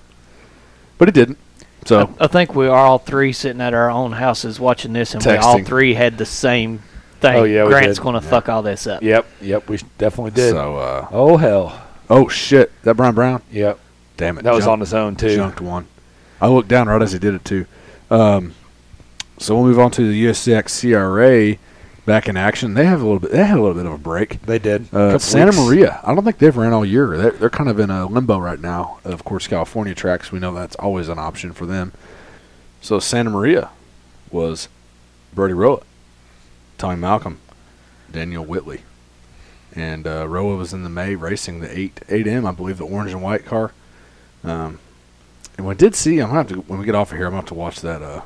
Speaker 3: but he didn't. So
Speaker 1: I think we are all three sitting at our own houses watching this, and we all
Speaker 3: Texting.
Speaker 1: three had the same thing.
Speaker 2: Oh, yeah, we
Speaker 1: Grant's
Speaker 2: did.
Speaker 1: going to fuck all this up.
Speaker 2: Yep. Yep. We sh- definitely did.
Speaker 3: So, uh,
Speaker 2: Oh, hell.
Speaker 3: oh shit, that Brian Brown,
Speaker 2: Yep.
Speaker 3: damn it,
Speaker 2: That was
Speaker 3: jumped-
Speaker 2: on his own, too.
Speaker 3: Junked one. I looked down right as he did it too. Um, so we'll move on to the USCX CRA back in action. They have a little bit. They had a little bit of a break.
Speaker 2: They did. Couple
Speaker 3: Uh, Santa
Speaker 2: weeks.
Speaker 3: Maria. I don't think they've ran all year. They're, they're kind of in a limbo right now. Of course, California tracks. We know that's always an option for them. So Santa Maria was Brody Roa, Tommy Malcolm, Daniel Whitley, and uh, Roa was in the May racing the eight eight M. I believe the orange and white car. Um, and we did see. I'm gonna have to when we get off of here. I'm gonna have to watch that. Uh,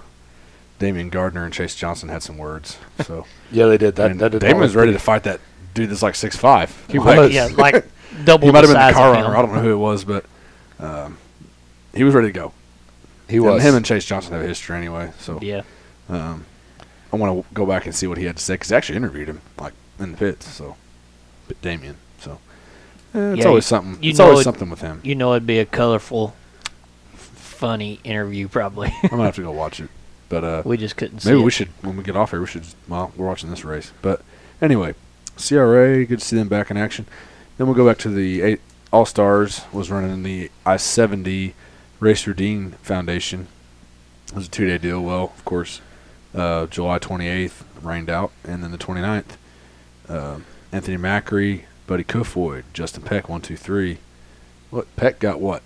Speaker 3: Damian Gardner and Chase Johnson had some words. So
Speaker 2: Yeah, they did. That,
Speaker 3: and
Speaker 2: that did
Speaker 3: Damon
Speaker 2: not
Speaker 3: was
Speaker 2: look
Speaker 3: ready to fight that dude that's like six five.
Speaker 2: He
Speaker 3: like,
Speaker 2: was.
Speaker 1: Yeah, like double
Speaker 3: he might
Speaker 1: the
Speaker 3: have been the
Speaker 1: size
Speaker 3: car
Speaker 1: of him.
Speaker 3: runner. I don't know who it was, but um, he was ready to go.
Speaker 2: He was.
Speaker 3: And him and Chase Johnson have a history anyway, so
Speaker 1: Yeah.
Speaker 3: I want to go back and see what he had to say because I actually interviewed him like in the pits. So, but Damien, so eh, it's
Speaker 1: Yeah,
Speaker 3: always
Speaker 1: you-
Speaker 3: something.
Speaker 1: you
Speaker 3: it's always
Speaker 1: know it-
Speaker 3: something with him.
Speaker 1: You know, it'd be a colorful, f- funny interview, probably.
Speaker 3: I'm gonna have to go watch it, but uh,
Speaker 1: we just couldn't see
Speaker 3: Maybe
Speaker 1: it.
Speaker 3: we should when we get off here. We should. Well, we're watching this race, but anyway, CRA. Good to see them back in action. Then we'll go back to the eight All Stars. Was running the I seventy Racer Dean Foundation. It was a two day deal. Well, of course, uh, July twenty eighth rained out, and then the 29th, uh, Anthony Macri, Buddy Kofoid, Justin Peck, one two three. What Peck got? What?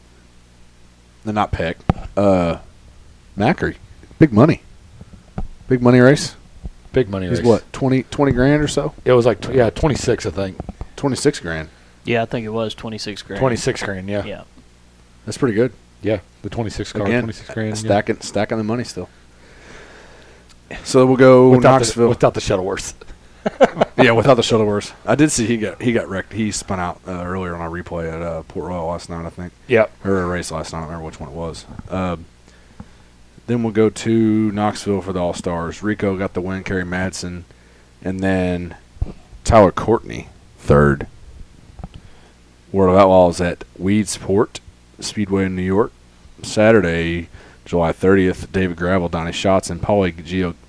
Speaker 3: No, not Peck. Uh, Macri, big money. Big money race.
Speaker 2: big money
Speaker 3: He's
Speaker 2: race.
Speaker 3: what 20, 20 grand or so?
Speaker 2: It was like, tw- yeah, 26, I think.
Speaker 3: Twenty six grand.
Speaker 1: Yeah, I think it was 26 grand.
Speaker 2: 26 grand, yeah.
Speaker 1: Yeah.
Speaker 3: That's pretty good.
Speaker 2: Yeah, the 26 car,
Speaker 3: Again,
Speaker 2: 26 grand. yeah.
Speaker 3: stacking stacking the money still. So we'll go
Speaker 2: without
Speaker 3: Knoxville.
Speaker 2: The, without the Shuttleworth.
Speaker 3: yeah, without the shuttleworth. I did see he got he got wrecked. He spun out uh, earlier on our replay at uh, Port Royal last night, I think,
Speaker 2: Yep.
Speaker 3: or a race last night. I don't remember which one it was. Uh, then we'll go to Knoxville for the All Stars. Rico got the win. Kerry Madsen, and then Tyler Courtney third. World of Outlaws at Weedsport Speedway in New York, Saturday, July 30th. David Gravel, Donnie Schatz, and Paulie Gio.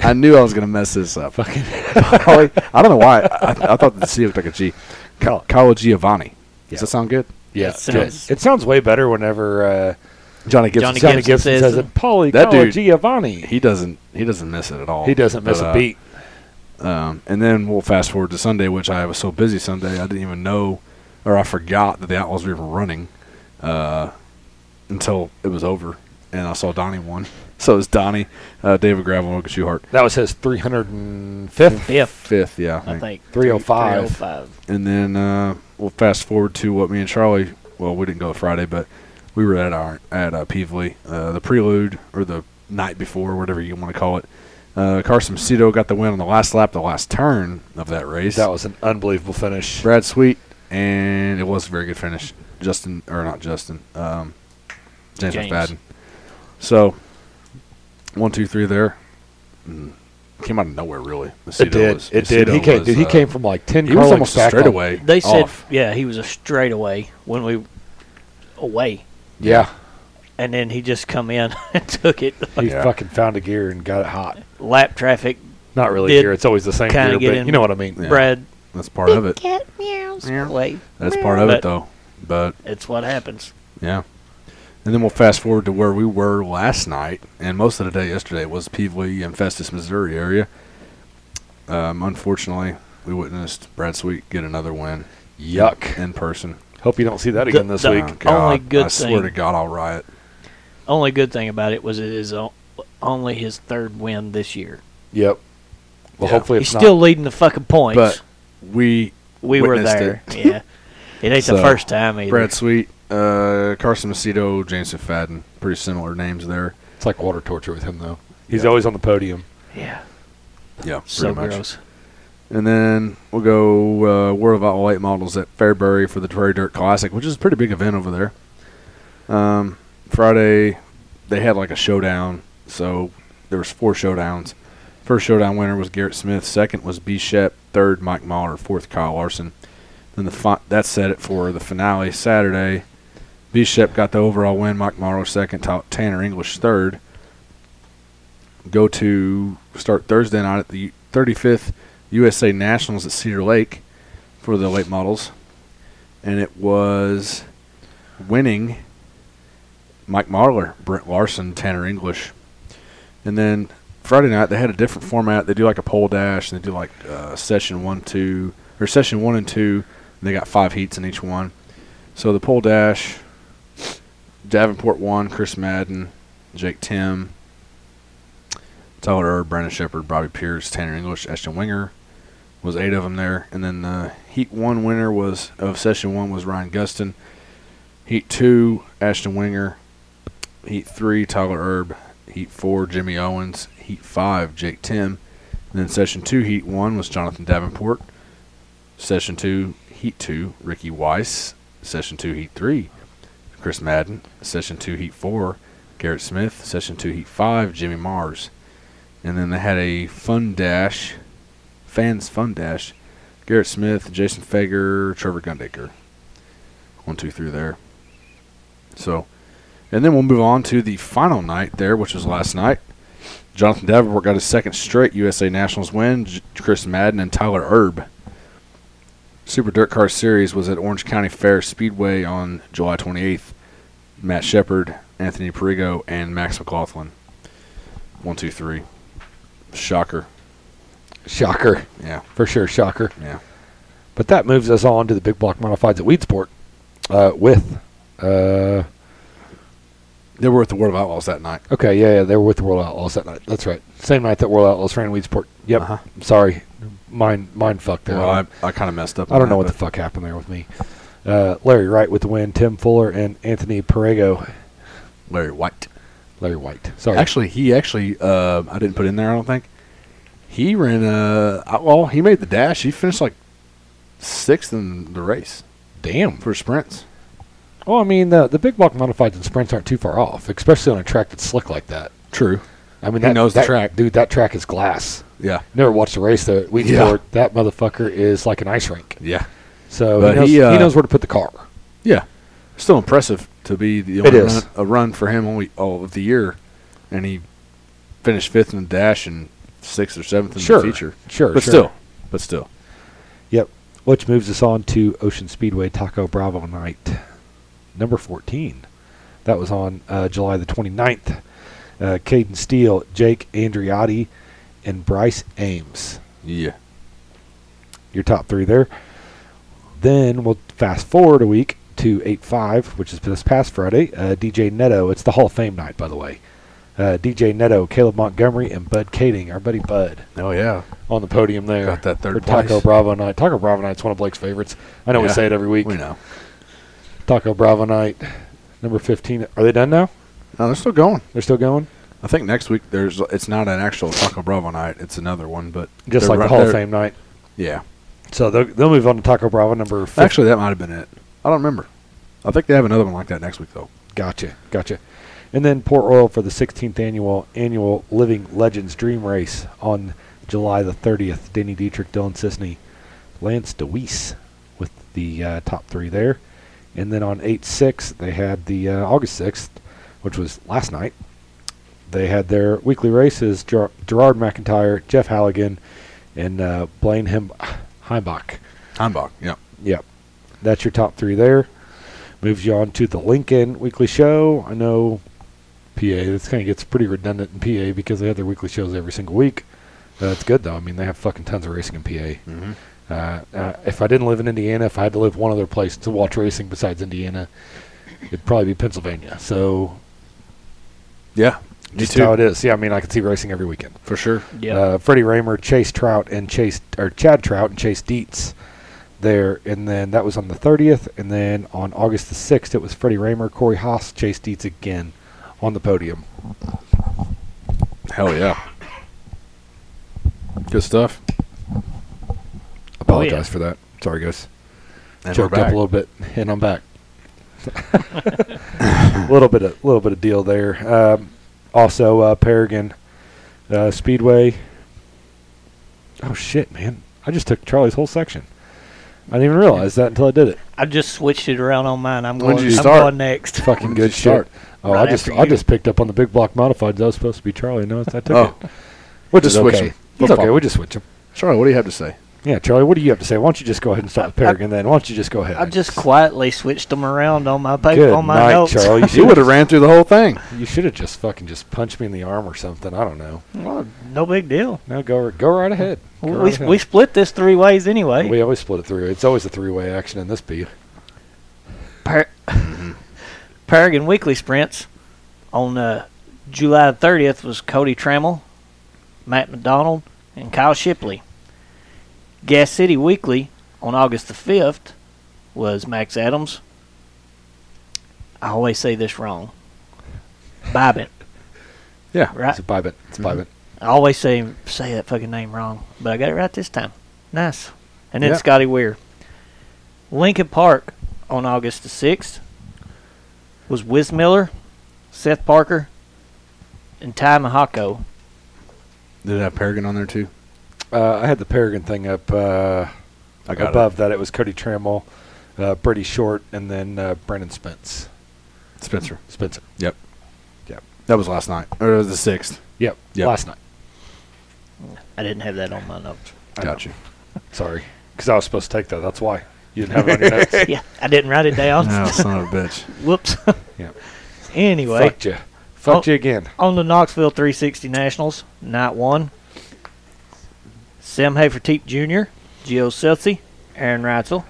Speaker 3: I knew I was gonna mess this up. Fucking Pauly, I don't know why. I, I thought the C looked like a G. Cal- Calo Giovanni. Does that sound good?
Speaker 2: Yeah.
Speaker 1: It sounds-
Speaker 2: it sounds way better whenever uh,
Speaker 3: Johnny Gibson.
Speaker 1: Johnny
Speaker 2: Johnny
Speaker 1: Gibson
Speaker 2: Gibson,
Speaker 1: says
Speaker 2: says
Speaker 1: it.
Speaker 2: it. Paulie
Speaker 3: That
Speaker 2: Colo
Speaker 3: dude-
Speaker 2: Giovanni.
Speaker 3: He doesn't. He doesn't miss it at all.
Speaker 2: He doesn't miss
Speaker 3: But,
Speaker 2: a
Speaker 3: uh,
Speaker 2: beat.
Speaker 3: Um, and then we'll fast forward to Sunday, which I was so busy Sunday I didn't even know, or I forgot that the Outlaws were even running uh, until it was over, and I saw Donnie won. So it was Donnie, uh, David Gravel, Logan Schuhart,
Speaker 2: That was his 305th,
Speaker 1: Fifth,
Speaker 3: fifth, yeah, I
Speaker 1: I
Speaker 3: think.
Speaker 1: think.
Speaker 2: 305.
Speaker 1: 305.
Speaker 3: And then uh, we'll fast forward to what me and Charlie. Well, we didn't go Friday, but we were at our at uh, Peevely, uh, the prelude or the night before, whatever you want to call it. Uh, Carson Cito got the win on the last lap, the last turn of that race.
Speaker 2: That was an unbelievable finish.
Speaker 3: Brad Sweet, and it was a very good finish. Justin, or not Justin, um, James,
Speaker 1: James.
Speaker 3: McFadden. So, one, two, three there. Mm. came out of nowhere, really.
Speaker 2: It did. it did. He came. dude, he came from like ten.
Speaker 3: uh, He was
Speaker 2: car lengths
Speaker 3: almost a
Speaker 2: back on-
Speaker 3: straightaway.
Speaker 1: They said,
Speaker 3: off.
Speaker 1: yeah, he was a straightaway when we away,
Speaker 2: Yeah,
Speaker 1: and then he just come in and took it.
Speaker 2: he
Speaker 3: Yeah.
Speaker 2: fucking found a gear and got it hot.
Speaker 1: Lap traffic,
Speaker 2: Not really
Speaker 1: Did
Speaker 2: gear. It's always the same
Speaker 1: kinda
Speaker 2: gear,
Speaker 1: get
Speaker 2: but
Speaker 1: in-
Speaker 2: you know what I mean.
Speaker 3: Yeah.
Speaker 1: Brad.
Speaker 3: That's part of it.
Speaker 1: Cat meows.
Speaker 3: Meow.
Speaker 1: Wait,
Speaker 3: That's part of
Speaker 1: But
Speaker 3: it, though. But
Speaker 1: It's what happens.
Speaker 3: yeah. And then we'll fast forward to where we were last night, and most of the day yesterday was Peavey and Festus, Missouri area. Um, unfortunately, we witnessed Brad Sweet get another win
Speaker 2: Yuck.
Speaker 3: in person.
Speaker 2: Hope you don't see that again this
Speaker 1: the-
Speaker 2: week.
Speaker 3: Oh,
Speaker 1: Only
Speaker 3: God.
Speaker 1: good
Speaker 3: I swear
Speaker 1: thing-
Speaker 3: to God, I'll riot.
Speaker 1: Only good thing about it was it is o- only his third win this year.
Speaker 2: Yep. Well,
Speaker 3: Yeah.
Speaker 2: hopefully it's
Speaker 1: He's
Speaker 2: not.
Speaker 1: still leading the fucking points.
Speaker 3: But we
Speaker 1: we were
Speaker 3: witnessed
Speaker 1: there. yeah, it ain't the
Speaker 3: So,
Speaker 1: first time either.
Speaker 3: Brad Sweet, uh, Carson Macedo, James Fadden, pretty similar names there.
Speaker 2: it's like water torture with him though. He's
Speaker 3: Yeah.
Speaker 2: always on the podium.
Speaker 1: yeah,
Speaker 3: Yeah, pretty
Speaker 1: so
Speaker 3: much.
Speaker 1: gross.
Speaker 3: And then we'll go uh, World of Outlaw Light Models at Fairbury for the Prairie Dirt Classic, which is a pretty big event over there. Um, Friday, they had like a showdown, so there was four showdowns. First showdown winner was Garrett Smith. Second was B. Shep. Third, Mike Mahler. Fourth, Kyle Larson. Then the fi- that set it for the finale Saturday. B. Shep got the overall win. Mike Mahler second. Ta- Tanner English third. Go to start Thursday night at the 35th USA Nationals at Cedar Lake for the late models, and it was winning Mike Marlar, Brent Larson, Tanner English, and then Friday night they had a different format. They do like a pole dash, and they do like uh, session one, two, or session one and two. And they got five heats in each one. So the pole dash, Davenport won. Chris Madden, Jake Tim. Tyler Erb, Brandon Shepard, Bobby Pierce, Tanner English, Ashton Winger, was eight of them there. And then the Heat One winner was of session one was Ryan Guston. Heat Two, Ashton Winger. Heat Three, Tyler Erb. Heat Four, Jimmy Owens. Heat Five, Jake Tim. And then session two, Heat One was Jonathan Davenport. Session two, Heat Two, Ricky Weiss. Session two, Heat Three, Chris Madden. Session two, Heat Four, Garrett Smith. Session two, Heat Five, Jimmy Mars. And then they had a fun dash Fans Fun Dash, Garrett Smith, Jason Fager, Trevor Gundaker. One, two, three there. So, and then we'll move on to the final night there, which was last night. Jonathan Davenport got his second straight USA Nationals win. J- Chris Madden and Tyler Erb. Super Dirt Car Series was at Orange County Fair Speedway on July 28th. Matt Shepard, Anthony Perigo, and Max McLaughlin. One, two, three. Shocker.
Speaker 2: Shocker,
Speaker 3: Yeah,
Speaker 2: for sure. Shocker.
Speaker 3: yeah.
Speaker 2: But that moves us on to the big block modifieds at Weedsport uh, with. Uh,
Speaker 3: They were at the World of Outlaws that night.
Speaker 2: okay, yeah, yeah, they were with the World Outlaws that night. That's right. Same night that World Outlaws ran Weedsport. Yep.
Speaker 3: Uh-huh.
Speaker 2: Sorry, mine, mine fucked there.
Speaker 3: Well, I, I kind of messed up.
Speaker 2: I
Speaker 3: on
Speaker 2: don't
Speaker 3: that,
Speaker 2: know what the
Speaker 3: but
Speaker 2: fuck happened there with me. Uh, Larry Wright with the win, Tim Fuller and Anthony Perego.
Speaker 3: Larry White.
Speaker 2: Larry White. Sorry.
Speaker 3: Actually, he actually uh, I didn't put in there. I don't think he ran. Uh, outlaw. He made the dash. He finished like sixth in the race
Speaker 2: damn.
Speaker 3: for sprints.
Speaker 2: Well, I mean, the, the big block modifieds and sprints aren't too far off, especially on a track that's slick like that.
Speaker 3: True.
Speaker 2: I mean,
Speaker 3: He
Speaker 2: that,
Speaker 3: knows the
Speaker 2: that-
Speaker 3: track.
Speaker 2: dude. That track is glass.
Speaker 3: Yeah.
Speaker 2: Never watched a race though. at Wheatsport.
Speaker 3: Yeah.
Speaker 2: That motherfucker is like an ice rink.
Speaker 3: Yeah.
Speaker 2: So he
Speaker 3: But
Speaker 2: knows,
Speaker 3: he,
Speaker 2: he,
Speaker 3: uh,
Speaker 2: knows where to put the car.
Speaker 3: Yeah. Still impressive to be the only
Speaker 2: is.
Speaker 3: Run, a run for him only all of the year, and he finished fifth in the dash and sixth or seventh in
Speaker 2: Sure.
Speaker 3: the feature.
Speaker 2: Sure,
Speaker 3: But
Speaker 2: sure.
Speaker 3: still. But still.
Speaker 2: Yep. Which moves us on to Ocean Speedway Taco Bravo night, number fourteen. That was on uh, July the 29th. Uh, Caden Steele, Jake Andriotti, and Bryce Ames.
Speaker 3: Yeah.
Speaker 2: your top three there. Then we'll fast forward a week to 8 5, which is this past Friday. Uh, DJ Neto, it's the Hall of Fame night, by the way. Uh, DJ Neto, Caleb Montgomery, and Bud Kading, our buddy Bud,
Speaker 3: Oh yeah.
Speaker 2: on the podium there.
Speaker 3: Got that third
Speaker 2: for Taco
Speaker 3: place.
Speaker 2: Bravo night. Taco Bravo night's one of Blake's favorites. I know we
Speaker 3: Yeah,
Speaker 2: say it every week.
Speaker 3: We know.
Speaker 2: Taco Bravo night, number 15. Are they done now?
Speaker 3: No, they're still going.
Speaker 2: They're still going?
Speaker 3: I think next week there's it's not an actual Taco Bravo night. It's another one, but
Speaker 2: Just
Speaker 3: they're
Speaker 2: like
Speaker 3: right
Speaker 2: the Hall of
Speaker 3: there.
Speaker 2: Fame night.
Speaker 3: Yeah,
Speaker 2: So they'll, they'll move on to Taco Bravo number 15.
Speaker 3: actually, that might have been it. I don't remember. I think they have another one like that next week though.
Speaker 2: Gotcha, gotcha. And then Port Royal for the 16th annual annual Living Legends Dream Race on July the 30th, Danny Dietrich, Dylan Sisney, Lance DeWeese with the uh, top three there. And then on 8 6, they had the uh, August 6th, which was last night. They had their weekly races Ger- Gerard McIntyre, Jeff Halligan, and uh, Blaine Hem- Heimbach.
Speaker 3: Heimbach, yeah.
Speaker 2: Yep. That's your top three there. Moves you on to the Lincoln Weekly Show. I know PA, this kind of gets pretty redundant in PA because they have their weekly shows every single week. Uh, that's good, though. I mean, they have fucking tons of racing in
Speaker 3: Mm-hmm.
Speaker 2: PA. Uh, uh, if I didn't live in Indiana, if I had to live one other place to watch racing besides Indiana, it'd probably be Pennsylvania. So
Speaker 3: Yeah, me
Speaker 2: just
Speaker 3: too.
Speaker 2: how it is. Yeah, I mean, I could see racing every weekend.
Speaker 3: for sure.
Speaker 1: Yeah.
Speaker 2: Uh, Freddie Raymer, Chase Trout, and Chase or Chad Trout and Chase Dietz there, and then that was on the 30th, and then on August the 6th, it was Freddie Raymer, Corey Haas, Chase Dietz again on the podium.
Speaker 3: Hell yeah. Good stuff.
Speaker 2: Apologize for that. Sorry, guys.
Speaker 3: And we're
Speaker 2: Choked up
Speaker 3: back.
Speaker 2: a little bit, and I'm back. A little bit, a little bit of deal there. Um, also, uh, Paragon uh, Speedway. Oh shit, man! I just took Charlie's whole section. I didn't even realize that until I did it.
Speaker 1: I just switched it around on mine. I'm
Speaker 3: When
Speaker 1: going,
Speaker 3: did you
Speaker 1: I'm
Speaker 3: start?
Speaker 1: going next.
Speaker 2: fucking
Speaker 3: When did you
Speaker 2: good
Speaker 3: start?
Speaker 2: start. Oh,
Speaker 1: Right
Speaker 2: I just
Speaker 1: after
Speaker 2: I
Speaker 1: you.
Speaker 2: just picked up on the big block modifieds. That was supposed to be Charlie. No, it's- I took
Speaker 3: Oh.
Speaker 2: it. We'll just
Speaker 3: It's
Speaker 2: switch
Speaker 3: okay.
Speaker 2: him.
Speaker 3: No
Speaker 2: It's okay.
Speaker 3: problem.
Speaker 2: We'll just switch him.
Speaker 3: Charlie, what do you have to say?
Speaker 2: Yeah, Charlie. What do you have to say? Why don't you just go ahead and start with Paragon then? Why don't you just go ahead?
Speaker 1: I just quietly switched them around on my paper,
Speaker 2: good
Speaker 1: on my
Speaker 2: night,
Speaker 1: notes.
Speaker 2: Charlie. You,
Speaker 3: You would
Speaker 2: should
Speaker 3: have
Speaker 2: have
Speaker 3: ran through the whole thing.
Speaker 2: you should have just fucking just punched me in the arm or something. I don't know.
Speaker 1: Well, no big deal.
Speaker 2: No, go r- go right ahead. Go
Speaker 1: We,
Speaker 2: right
Speaker 1: we, we split this three ways anyway.
Speaker 2: ahead. we always split it three. It's always a three way action in this beat.
Speaker 1: Par- Paragon Weekly Sprints on uh, July 30th was Cody Trammell, Matt McDonald, and Kyle Shipley. Gas City Weekly on August the 5th was Max Adams. I always say this wrong. Bibit.
Speaker 3: Yeah.
Speaker 1: Right?
Speaker 2: It's a bibit. It's a
Speaker 3: Mhm.
Speaker 2: bibit.
Speaker 1: I always say say that fucking name wrong, but I got it right this time. Nice. And then
Speaker 3: Yeah.
Speaker 1: Scotty Weir. Lincoln Park on August the sixth was Wiz Miller, Seth Parker, and Ty Mahako.
Speaker 3: Did it have Paragon on there too?
Speaker 2: Uh, I had the Paragon thing up. Uh,
Speaker 3: I got
Speaker 2: above that, it was Cody Trammell, uh, Brady Short, and then uh, Brandon Spence.
Speaker 3: it. Spencer.
Speaker 2: Spencer.
Speaker 3: Yep.
Speaker 2: Yep.
Speaker 3: That was last night. Or the sixth.
Speaker 2: Yep.
Speaker 3: Yep.
Speaker 2: Last night.
Speaker 1: I didn't have that on my notes.
Speaker 2: I
Speaker 3: Got you.
Speaker 2: Sorry, because I was supposed to take that. That's why you didn't have it on your notes.
Speaker 1: yeah, I didn't write it down.
Speaker 3: No, son of a bitch.
Speaker 1: Whoops.
Speaker 2: Yeah.
Speaker 1: anyway,
Speaker 2: Fucked you. Fucked
Speaker 1: Oh.
Speaker 2: you again.
Speaker 1: on the Knoxville 360 Nationals, night one, Sam Haferteep Jr., Gio Seltzy, Aaron Reitzel.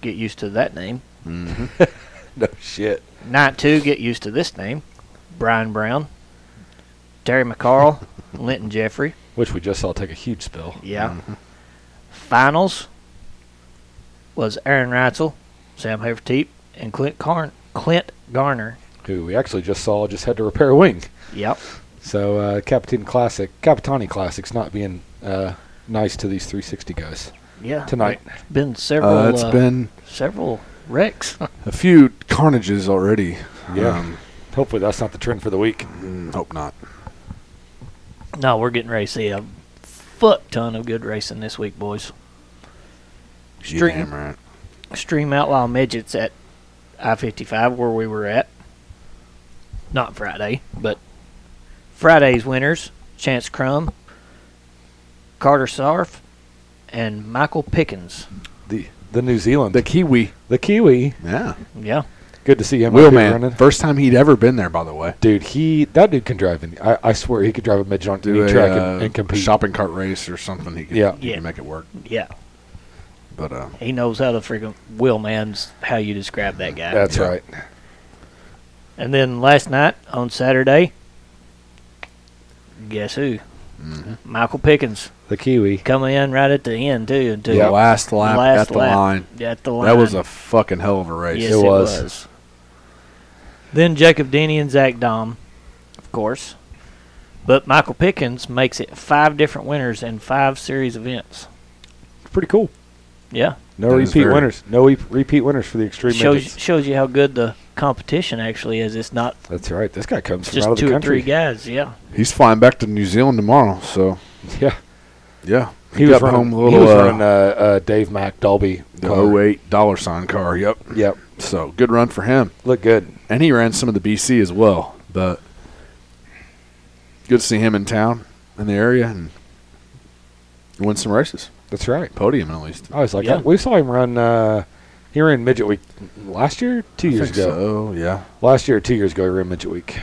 Speaker 1: Get used to that name.
Speaker 3: Mhm.
Speaker 2: No shit.
Speaker 1: Night two, get used to this name. Brian Brown, Terry McCarl, Linton Jeffrey.
Speaker 2: Which we just saw take a huge spill.
Speaker 1: Yeah. Finals was Aaron Reitzel, Sam Haverteep, and Clint, Carn- Clint Garner.
Speaker 2: Who we actually just saw just had to repair a wing.
Speaker 1: Yep.
Speaker 2: So uh, Capitan Classic, Capitani Classic's not being uh, nice to these 360 guys
Speaker 1: Yeah.
Speaker 2: tonight.
Speaker 1: Been several.
Speaker 3: Uh, it's
Speaker 1: uh,
Speaker 3: been
Speaker 1: several wrecks.
Speaker 3: a few carnages already.
Speaker 2: Yeah.
Speaker 3: Um,
Speaker 2: Hopefully that's not the trend for the week.
Speaker 3: mm, hope not.
Speaker 1: No, we're getting ready to see a fuck ton of good racing this week, boys.
Speaker 3: You
Speaker 1: Street-
Speaker 3: damn right.
Speaker 1: Extreme Outlaw Midgets at I 55, where we were at. Not Friday, but Friday's winners Chance Crumb, Carter Sarf, and Michael Pickens.
Speaker 2: The the New Zealand,
Speaker 3: The
Speaker 2: the,
Speaker 3: Kiwi.
Speaker 2: Kiwi.
Speaker 3: Yeah.
Speaker 1: Yeah.
Speaker 2: Good to see him. up
Speaker 3: Wheel
Speaker 2: here
Speaker 3: man.
Speaker 2: running.
Speaker 3: First time he'd ever been there, by the way.
Speaker 2: Dude, he that dude can drive. Any, I, I swear he could drive a midget on
Speaker 3: Do
Speaker 2: any
Speaker 3: a
Speaker 2: track
Speaker 3: uh,
Speaker 2: and, and compete.
Speaker 3: shopping cart race or something. He could,
Speaker 2: Yeah.
Speaker 3: he could
Speaker 1: Yeah.
Speaker 3: make it work.
Speaker 1: Yeah.
Speaker 3: But uh,
Speaker 1: He knows how to freaking wheel man's how you describe that guy.
Speaker 2: That's
Speaker 3: Yeah.
Speaker 2: right.
Speaker 1: and then last night on Saturday, guess who?
Speaker 3: mhm.
Speaker 1: Michael Pickens
Speaker 2: The kiwi.
Speaker 1: coming in right at the end too. Until
Speaker 3: the last lap
Speaker 1: Last
Speaker 3: at the
Speaker 1: lap.
Speaker 3: line.
Speaker 1: at the line.
Speaker 3: That was a fucking hell of a race.
Speaker 1: Yes,
Speaker 2: It
Speaker 1: it was.
Speaker 2: was.
Speaker 1: Then Jacob Denny and Zach Dom, of course. But Michael Pickens makes it five different winners in five series events.
Speaker 2: Pretty cool.
Speaker 1: Yeah,
Speaker 2: No
Speaker 3: That is
Speaker 2: repeat
Speaker 3: very-
Speaker 2: winners. No re- repeat winners for the extreme
Speaker 1: shows
Speaker 2: midgets.
Speaker 1: shows you how good the competition actually is. It's not
Speaker 2: That's right. This guy comes from
Speaker 1: just
Speaker 2: out of
Speaker 1: two
Speaker 2: the
Speaker 1: or three
Speaker 2: country.
Speaker 1: guys. Yeah,
Speaker 3: He's flying back to New Zealand tomorrow, so
Speaker 2: Yeah,
Speaker 3: Yeah.
Speaker 2: he
Speaker 3: Picked
Speaker 2: was
Speaker 3: up
Speaker 2: running,
Speaker 3: home a
Speaker 2: he was
Speaker 3: little, uh,
Speaker 2: running uh, uh, Dave Mack Dolby.
Speaker 3: The
Speaker 2: car.
Speaker 3: 08 dollar sign car. Yep.
Speaker 2: Yep,
Speaker 3: So good run for him.
Speaker 2: look good.
Speaker 3: And he ran some of the BC as well. But good to see him in town, in the area, and win some races.
Speaker 2: That's right.
Speaker 3: Podium, at least.
Speaker 2: I was like,
Speaker 1: Yeah.
Speaker 2: that. we saw him run. Uh, he ran midget week last year, two years ago.
Speaker 3: so, yeah.
Speaker 2: Last year, two years ago, he ran midget week.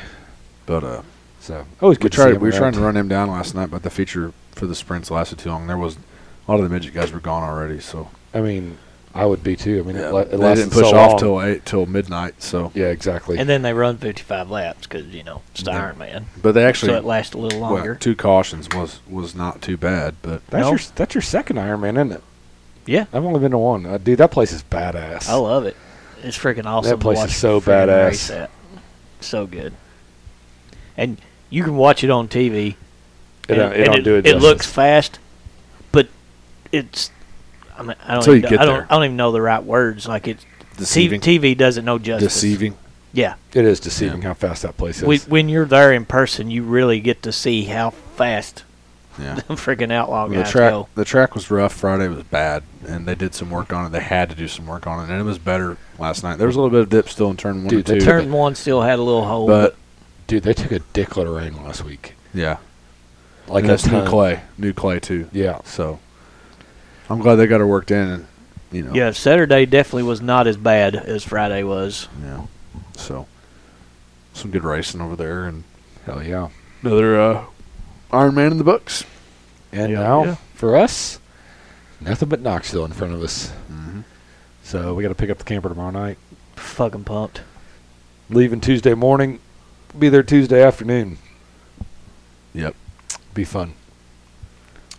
Speaker 3: But uh,
Speaker 2: So always good.
Speaker 3: we
Speaker 2: to
Speaker 3: tried.
Speaker 2: see him
Speaker 3: We were
Speaker 2: around.
Speaker 3: trying to run him down last night, but the feature for the sprints lasted too long. There was a lot of the midget guys were gone already, so
Speaker 2: I mean, I would be too. I mean,
Speaker 3: Yeah,
Speaker 2: it, la- it
Speaker 3: they
Speaker 2: lasted
Speaker 3: didn't push
Speaker 2: so
Speaker 3: off
Speaker 2: long.
Speaker 3: till eight till midnight. So,
Speaker 2: yeah, exactly.
Speaker 1: And then they run 55 laps because, you know, it's the
Speaker 3: Yeah.
Speaker 1: Iron Man.
Speaker 3: but they actually
Speaker 1: So it lasts a little
Speaker 3: well,
Speaker 1: longer.
Speaker 3: two cautions was was not too bad, but
Speaker 2: that's
Speaker 1: No.
Speaker 2: your that's your second Ironman, isn't it?
Speaker 1: yeah.
Speaker 2: I've only been to one. Uh, dude, that place is badass.
Speaker 1: I love it. It's freaking awesome. to
Speaker 2: place
Speaker 1: watch
Speaker 2: is so
Speaker 1: a freaking
Speaker 2: badass.
Speaker 1: race at. So good. And you can watch it on TV.
Speaker 2: it.
Speaker 1: and
Speaker 2: Don't, it,
Speaker 1: and
Speaker 2: don't do it.
Speaker 1: It looks
Speaker 2: justice.
Speaker 1: fast, but it's. I mean, I don't. Even,
Speaker 3: Until you
Speaker 1: know-
Speaker 3: get
Speaker 1: I don't.
Speaker 3: there.
Speaker 1: I don't even know the right words. Like it's
Speaker 3: deceiving,
Speaker 1: TV doesn't know justice.
Speaker 3: deceiving.
Speaker 1: Yeah.
Speaker 2: It is deceiving how fast that place is.
Speaker 1: When, when you're there in person, you really get to see how fast
Speaker 3: Yeah,
Speaker 1: the freaking outlaw
Speaker 3: Well, the
Speaker 1: guys
Speaker 3: track
Speaker 1: go.
Speaker 3: the track was rough. Friday was bad, and they did some work on it. They had to do some work on it, and it was better last night. There was a little bit of dip still in turn one
Speaker 2: Dude,
Speaker 3: and
Speaker 2: the
Speaker 3: two,
Speaker 1: Turn one still had a little hole,
Speaker 3: but
Speaker 2: Dude, they took a dickload of rain last week.
Speaker 3: yeah,
Speaker 2: Like
Speaker 3: and
Speaker 2: a
Speaker 3: that's new
Speaker 2: ton.
Speaker 3: clay, new clay too.
Speaker 2: Yeah.
Speaker 3: So I'm glad they got her worked in, and you know,
Speaker 1: yeah, Saturday definitely was not as bad as Friday was.
Speaker 3: yeah. So some good racing over there, and
Speaker 2: Hell yeah.
Speaker 3: another uh, Iron Man in the books.
Speaker 2: And
Speaker 1: Yeah.
Speaker 2: now
Speaker 1: Yeah.
Speaker 2: for us, nothing but Knoxville in front of us.
Speaker 3: Mm-hmm.
Speaker 2: So we got to pick up the camper tomorrow night.
Speaker 1: Fucking pumped.
Speaker 2: Leaving Tuesday morning, be there Tuesday afternoon.
Speaker 3: Yep.
Speaker 2: Be fun.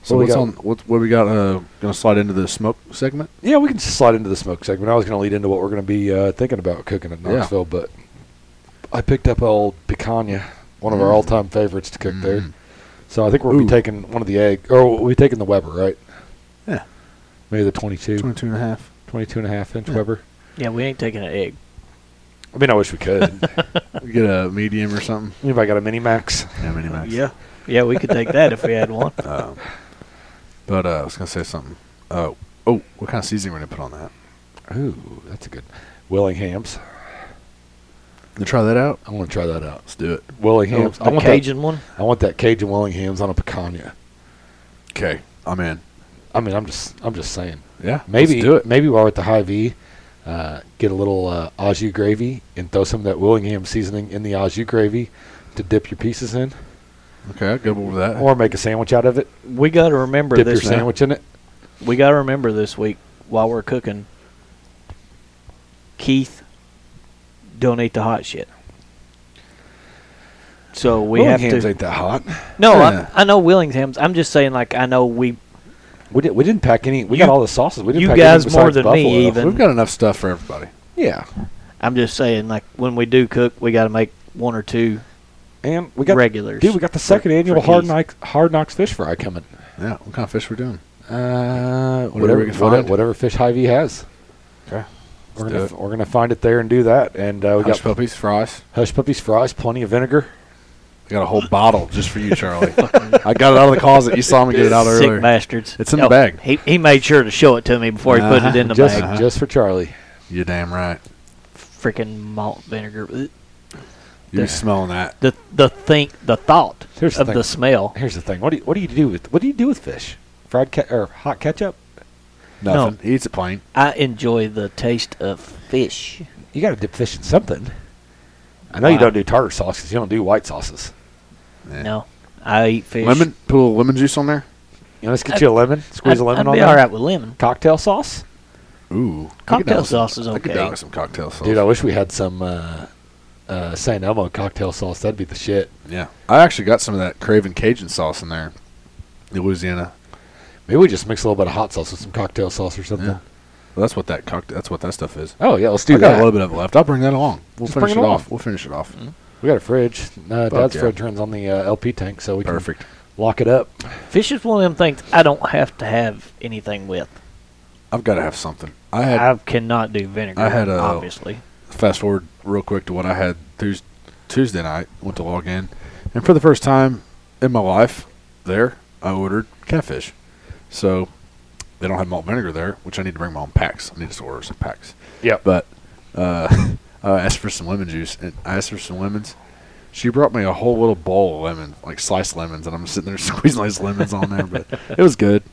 Speaker 3: So
Speaker 2: What we
Speaker 3: what's
Speaker 2: got?
Speaker 3: on what what we got? Uh, gonna slide into the smoke segment.
Speaker 2: Yeah, we can slide into the smoke segment. I was going to lead into what we're going to be uh, thinking about cooking at
Speaker 3: Yeah.
Speaker 2: Knoxville, but I picked up old picanha, one of our
Speaker 3: Mm.
Speaker 2: all-time favorites to cook there.
Speaker 3: Mhm.
Speaker 2: So I think we'll be
Speaker 3: Ooh.
Speaker 2: taking one of the egg, or we'll be taking the Weber, right?
Speaker 3: Yeah.
Speaker 2: Maybe the 22,
Speaker 3: 22 and a half.
Speaker 2: 22 and a half inch
Speaker 3: Yeah.
Speaker 2: Weber.
Speaker 1: Yeah, we ain't taking an egg.
Speaker 2: I mean, I wish we could.
Speaker 3: We get a medium or something.
Speaker 2: Anybody got a mini max?
Speaker 3: Yeah, mini max.
Speaker 1: Yeah, we could take that if we had one.
Speaker 3: Um, but uh, I was gonna say something. Oh, oh, what kind of seasoning we're gonna put on that?
Speaker 2: Ooh, that's a good. Willingham's.
Speaker 3: You try that out.
Speaker 2: I want to try that out.
Speaker 3: Let's do it.
Speaker 2: Willingham's. I
Speaker 1: The
Speaker 2: want
Speaker 1: Cajun one.
Speaker 2: That, I want that Cajun Willingham's on a picanha.
Speaker 3: Okay, I'm in.
Speaker 2: I mean, I'm just, I'm just saying.
Speaker 3: Yeah,
Speaker 2: Maybe
Speaker 3: let's do it.
Speaker 2: maybe while we're at the high V, uh, get a little uh, au jus gravy and throw some of that Willingham seasoning in the au jus gravy to dip your pieces in,
Speaker 3: Okay, I'll go over that.
Speaker 2: or make a sandwich out of it.
Speaker 1: We got to remember
Speaker 2: dip your
Speaker 1: this.
Speaker 2: sandwich in it.
Speaker 1: We got to remember this week while we're cooking. Keith, don't eat the hot shit. So we have
Speaker 2: Willingham's
Speaker 1: to.
Speaker 2: ain't that hot.
Speaker 1: No,
Speaker 3: Yeah.
Speaker 1: I, I know Willingham's. I'm just saying, like I know we.
Speaker 2: We did, we didn't pack any. We
Speaker 1: You-
Speaker 2: got all the sauces. We didn't
Speaker 1: you
Speaker 2: pack
Speaker 1: guys
Speaker 2: anything
Speaker 1: more
Speaker 2: besides
Speaker 1: than
Speaker 2: buffalo.
Speaker 1: me even.
Speaker 3: We've got enough stuff for everybody.
Speaker 2: Yeah,
Speaker 1: I'm just saying, like when we do cook, we got to make one or two
Speaker 2: and we got
Speaker 1: regulars.
Speaker 2: dude. We got the
Speaker 1: for-
Speaker 2: second
Speaker 1: for
Speaker 2: annual hard
Speaker 1: Keith.
Speaker 2: knocks hard knocks fish fry coming.
Speaker 3: Yeah, what kind of fish we're doing?
Speaker 2: Uh,
Speaker 3: we
Speaker 2: whatever
Speaker 3: can
Speaker 2: whatever,
Speaker 3: find.
Speaker 2: whatever fish high V has.
Speaker 3: Okay,
Speaker 2: We're
Speaker 3: Let's
Speaker 2: gonna,
Speaker 3: do
Speaker 2: f-
Speaker 3: it.
Speaker 2: we're gonna find it there and do that, and uh,
Speaker 3: we
Speaker 2: we
Speaker 3: got
Speaker 2: got
Speaker 3: puppies, fries.
Speaker 2: hush puppies, fries, plenty of vinegar.
Speaker 3: We got a whole bottle just for you, Charlie. I got it out of the closet. You saw me get it out
Speaker 1: Sick
Speaker 3: earlier.
Speaker 1: bastards. Oh,
Speaker 3: It's in the bag.
Speaker 1: He he made sure to show it to me before he put it
Speaker 3: Uh-huh.
Speaker 1: in the
Speaker 2: just,
Speaker 1: bag.
Speaker 2: just for Charlie.
Speaker 3: You're damn right.
Speaker 1: Freaking malt vinegar. Ugh.
Speaker 3: You're
Speaker 2: Yeah.
Speaker 3: smelling that.
Speaker 1: The the think the thought
Speaker 2: Here's the
Speaker 1: of the,
Speaker 2: thing.
Speaker 1: smell.
Speaker 2: Here's the thing. What do you, what do you do with what do you do with fish? Fried ke- or hot ketchup?
Speaker 1: No.
Speaker 3: Nothing. He eats it plain.
Speaker 1: I enjoy the taste of fish.
Speaker 2: You got to dip fish in something. I know you
Speaker 1: Wow.
Speaker 2: don't do tartar sauce because you don't do white sauces.
Speaker 3: Yeah.
Speaker 1: No, I eat fish.
Speaker 3: Lemon. Put a little lemon juice on there.
Speaker 2: You know, let's get you a lemon. Squeeze
Speaker 1: I'd,
Speaker 2: a lemon
Speaker 1: I'd
Speaker 2: on
Speaker 1: be
Speaker 2: there.
Speaker 1: all right with lemon.
Speaker 2: Cocktail sauce,
Speaker 3: Ooh.
Speaker 1: Cocktail
Speaker 3: I could down with some-
Speaker 1: sauce is
Speaker 3: I could
Speaker 1: okay.
Speaker 3: down with some cocktail sauce.
Speaker 2: dude. I wish we had some uh, uh, San Elmo cocktail sauce. That'd be the shit.
Speaker 3: yeah. I actually got some of that Craven Cajun sauce in there. in Louisiana.
Speaker 2: Maybe we just mix a little bit of hot sauce with some cocktail sauce or something.
Speaker 3: Yeah. Well, that's what that cocktail. That's what that stuff is.
Speaker 2: Oh yeah, let's do
Speaker 3: I got
Speaker 2: that.
Speaker 3: a little bit of it left. I'll bring that along. We'll
Speaker 2: Just
Speaker 3: finish
Speaker 2: bring it
Speaker 3: it off.
Speaker 2: along. Mm-hmm.
Speaker 3: We'll finish it off.
Speaker 2: We got a fridge. Uh, Dad's
Speaker 3: yeah.
Speaker 2: fridge runs on the uh, LP tank, so we
Speaker 3: Perfect.
Speaker 2: can lock it up.
Speaker 1: Fish is one of them things I don't have to have anything with.
Speaker 3: I've got to have something. I had
Speaker 1: I cannot do vinegar.
Speaker 3: I had a-
Speaker 1: obviously.
Speaker 3: fast forward real quick to what I had Tues- Tuesday night. Went to log in, and for the first time in my life, there I ordered catfish. So they don't have malt vinegar there, which I need to bring my own packs. I need to order some packs.
Speaker 2: Yep.
Speaker 3: But uh, I asked for some lemon juice, and I asked for some lemons. She brought me a whole little bowl of lemon, like sliced lemons, and I'm sitting there squeezing these lemons on there. But it was good.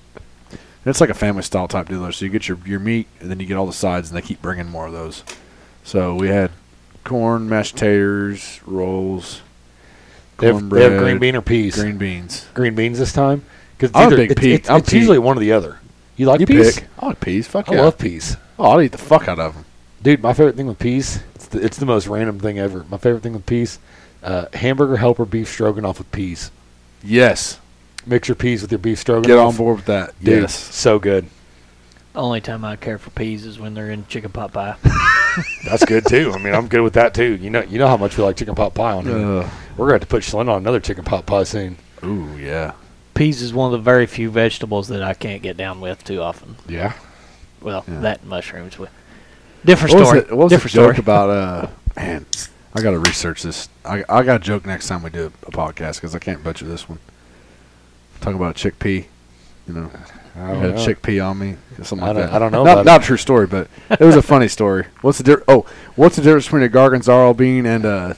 Speaker 3: And it's like a family style type deal. So you get your your meat, and then you get all the sides, and they keep bringing more of those. So we had corn, mashed taters, rolls,
Speaker 2: They have, they have green
Speaker 3: cornbread,
Speaker 2: bean or peas.
Speaker 3: green beans.
Speaker 2: green beans this time because
Speaker 3: I'm a big
Speaker 2: it's,
Speaker 3: pea-
Speaker 2: it's,
Speaker 3: I'm
Speaker 2: it's
Speaker 3: pea.
Speaker 2: usually one or the other. You like
Speaker 3: you
Speaker 2: peas?
Speaker 3: pick. I like peas. Fuck
Speaker 2: I
Speaker 3: yeah.
Speaker 2: love peas,
Speaker 3: oh, I'd eat the fuck out of them.
Speaker 2: dude. My favorite thing with peas it's the, it's the most random thing ever. My favorite thing with peas, uh, hamburger helper beef stroganoff with peas.
Speaker 3: Yes.
Speaker 2: Mix your peas with your beef stroganoff.
Speaker 3: Get on board with that.
Speaker 2: dude.
Speaker 3: Yes.
Speaker 2: So good.
Speaker 1: Only time I care for peas is when they're in chicken pot pie.
Speaker 2: That's good too. I mean, I'm good with that too. You know, you know how much we like chicken pot pie on here.
Speaker 3: Uh,
Speaker 2: We're gonna have to put Shalyn on another chicken pot pie soon.
Speaker 3: ooh, yeah.
Speaker 1: peas is one of the very few vegetables that I can't get down with too often.
Speaker 3: Yeah.
Speaker 1: Well,
Speaker 3: Yeah.
Speaker 1: that and mushrooms with different
Speaker 3: What was
Speaker 1: story.
Speaker 3: it? What was the
Speaker 1: different
Speaker 3: joke
Speaker 1: story.
Speaker 3: about? Uh, man, I gotta research this. I I got a joke next time we do a, podcast because I can't butcher this one. Talking about a chickpea, you know,
Speaker 2: I
Speaker 3: I
Speaker 2: don't
Speaker 3: had a
Speaker 2: know.
Speaker 3: chickpea on me, something
Speaker 2: I
Speaker 3: like
Speaker 2: don't-
Speaker 3: that.
Speaker 2: I don't know
Speaker 3: Not,
Speaker 2: about
Speaker 3: not a true story, but it was a funny story. What's the difference? Oh, what's the difference between a gargonzola bean and a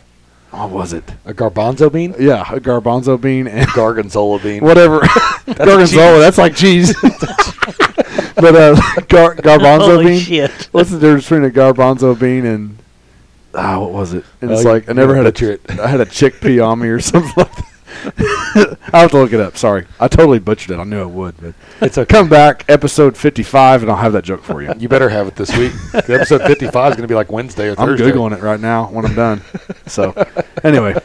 Speaker 3: what was it?
Speaker 2: A garbanzo bean,
Speaker 3: Yeah, a garbanzo bean and
Speaker 2: gargonzola bean.
Speaker 3: whatever. gargonzola, that's like cheese. but uh, gar- garbanzo
Speaker 1: Holy
Speaker 3: bean.
Speaker 1: shit!
Speaker 3: What's the difference between a garbanzo bean and ah, what was it? And it's
Speaker 2: Oh,
Speaker 3: like I
Speaker 2: you-
Speaker 3: never
Speaker 2: you
Speaker 3: had a
Speaker 2: butcher it.
Speaker 3: I had a chickpea on me or something like that. I have to look it up. Sorry, I totally butchered it. I knew I would, but
Speaker 2: It's okay.
Speaker 3: come back episode fifty-five, and I'll have that joke for you.
Speaker 2: You better have it this week. 'Cause episode 55 is going to be like Wednesday or
Speaker 3: I'm
Speaker 2: Thursday.
Speaker 3: googling it right now when I'm done. so anyway,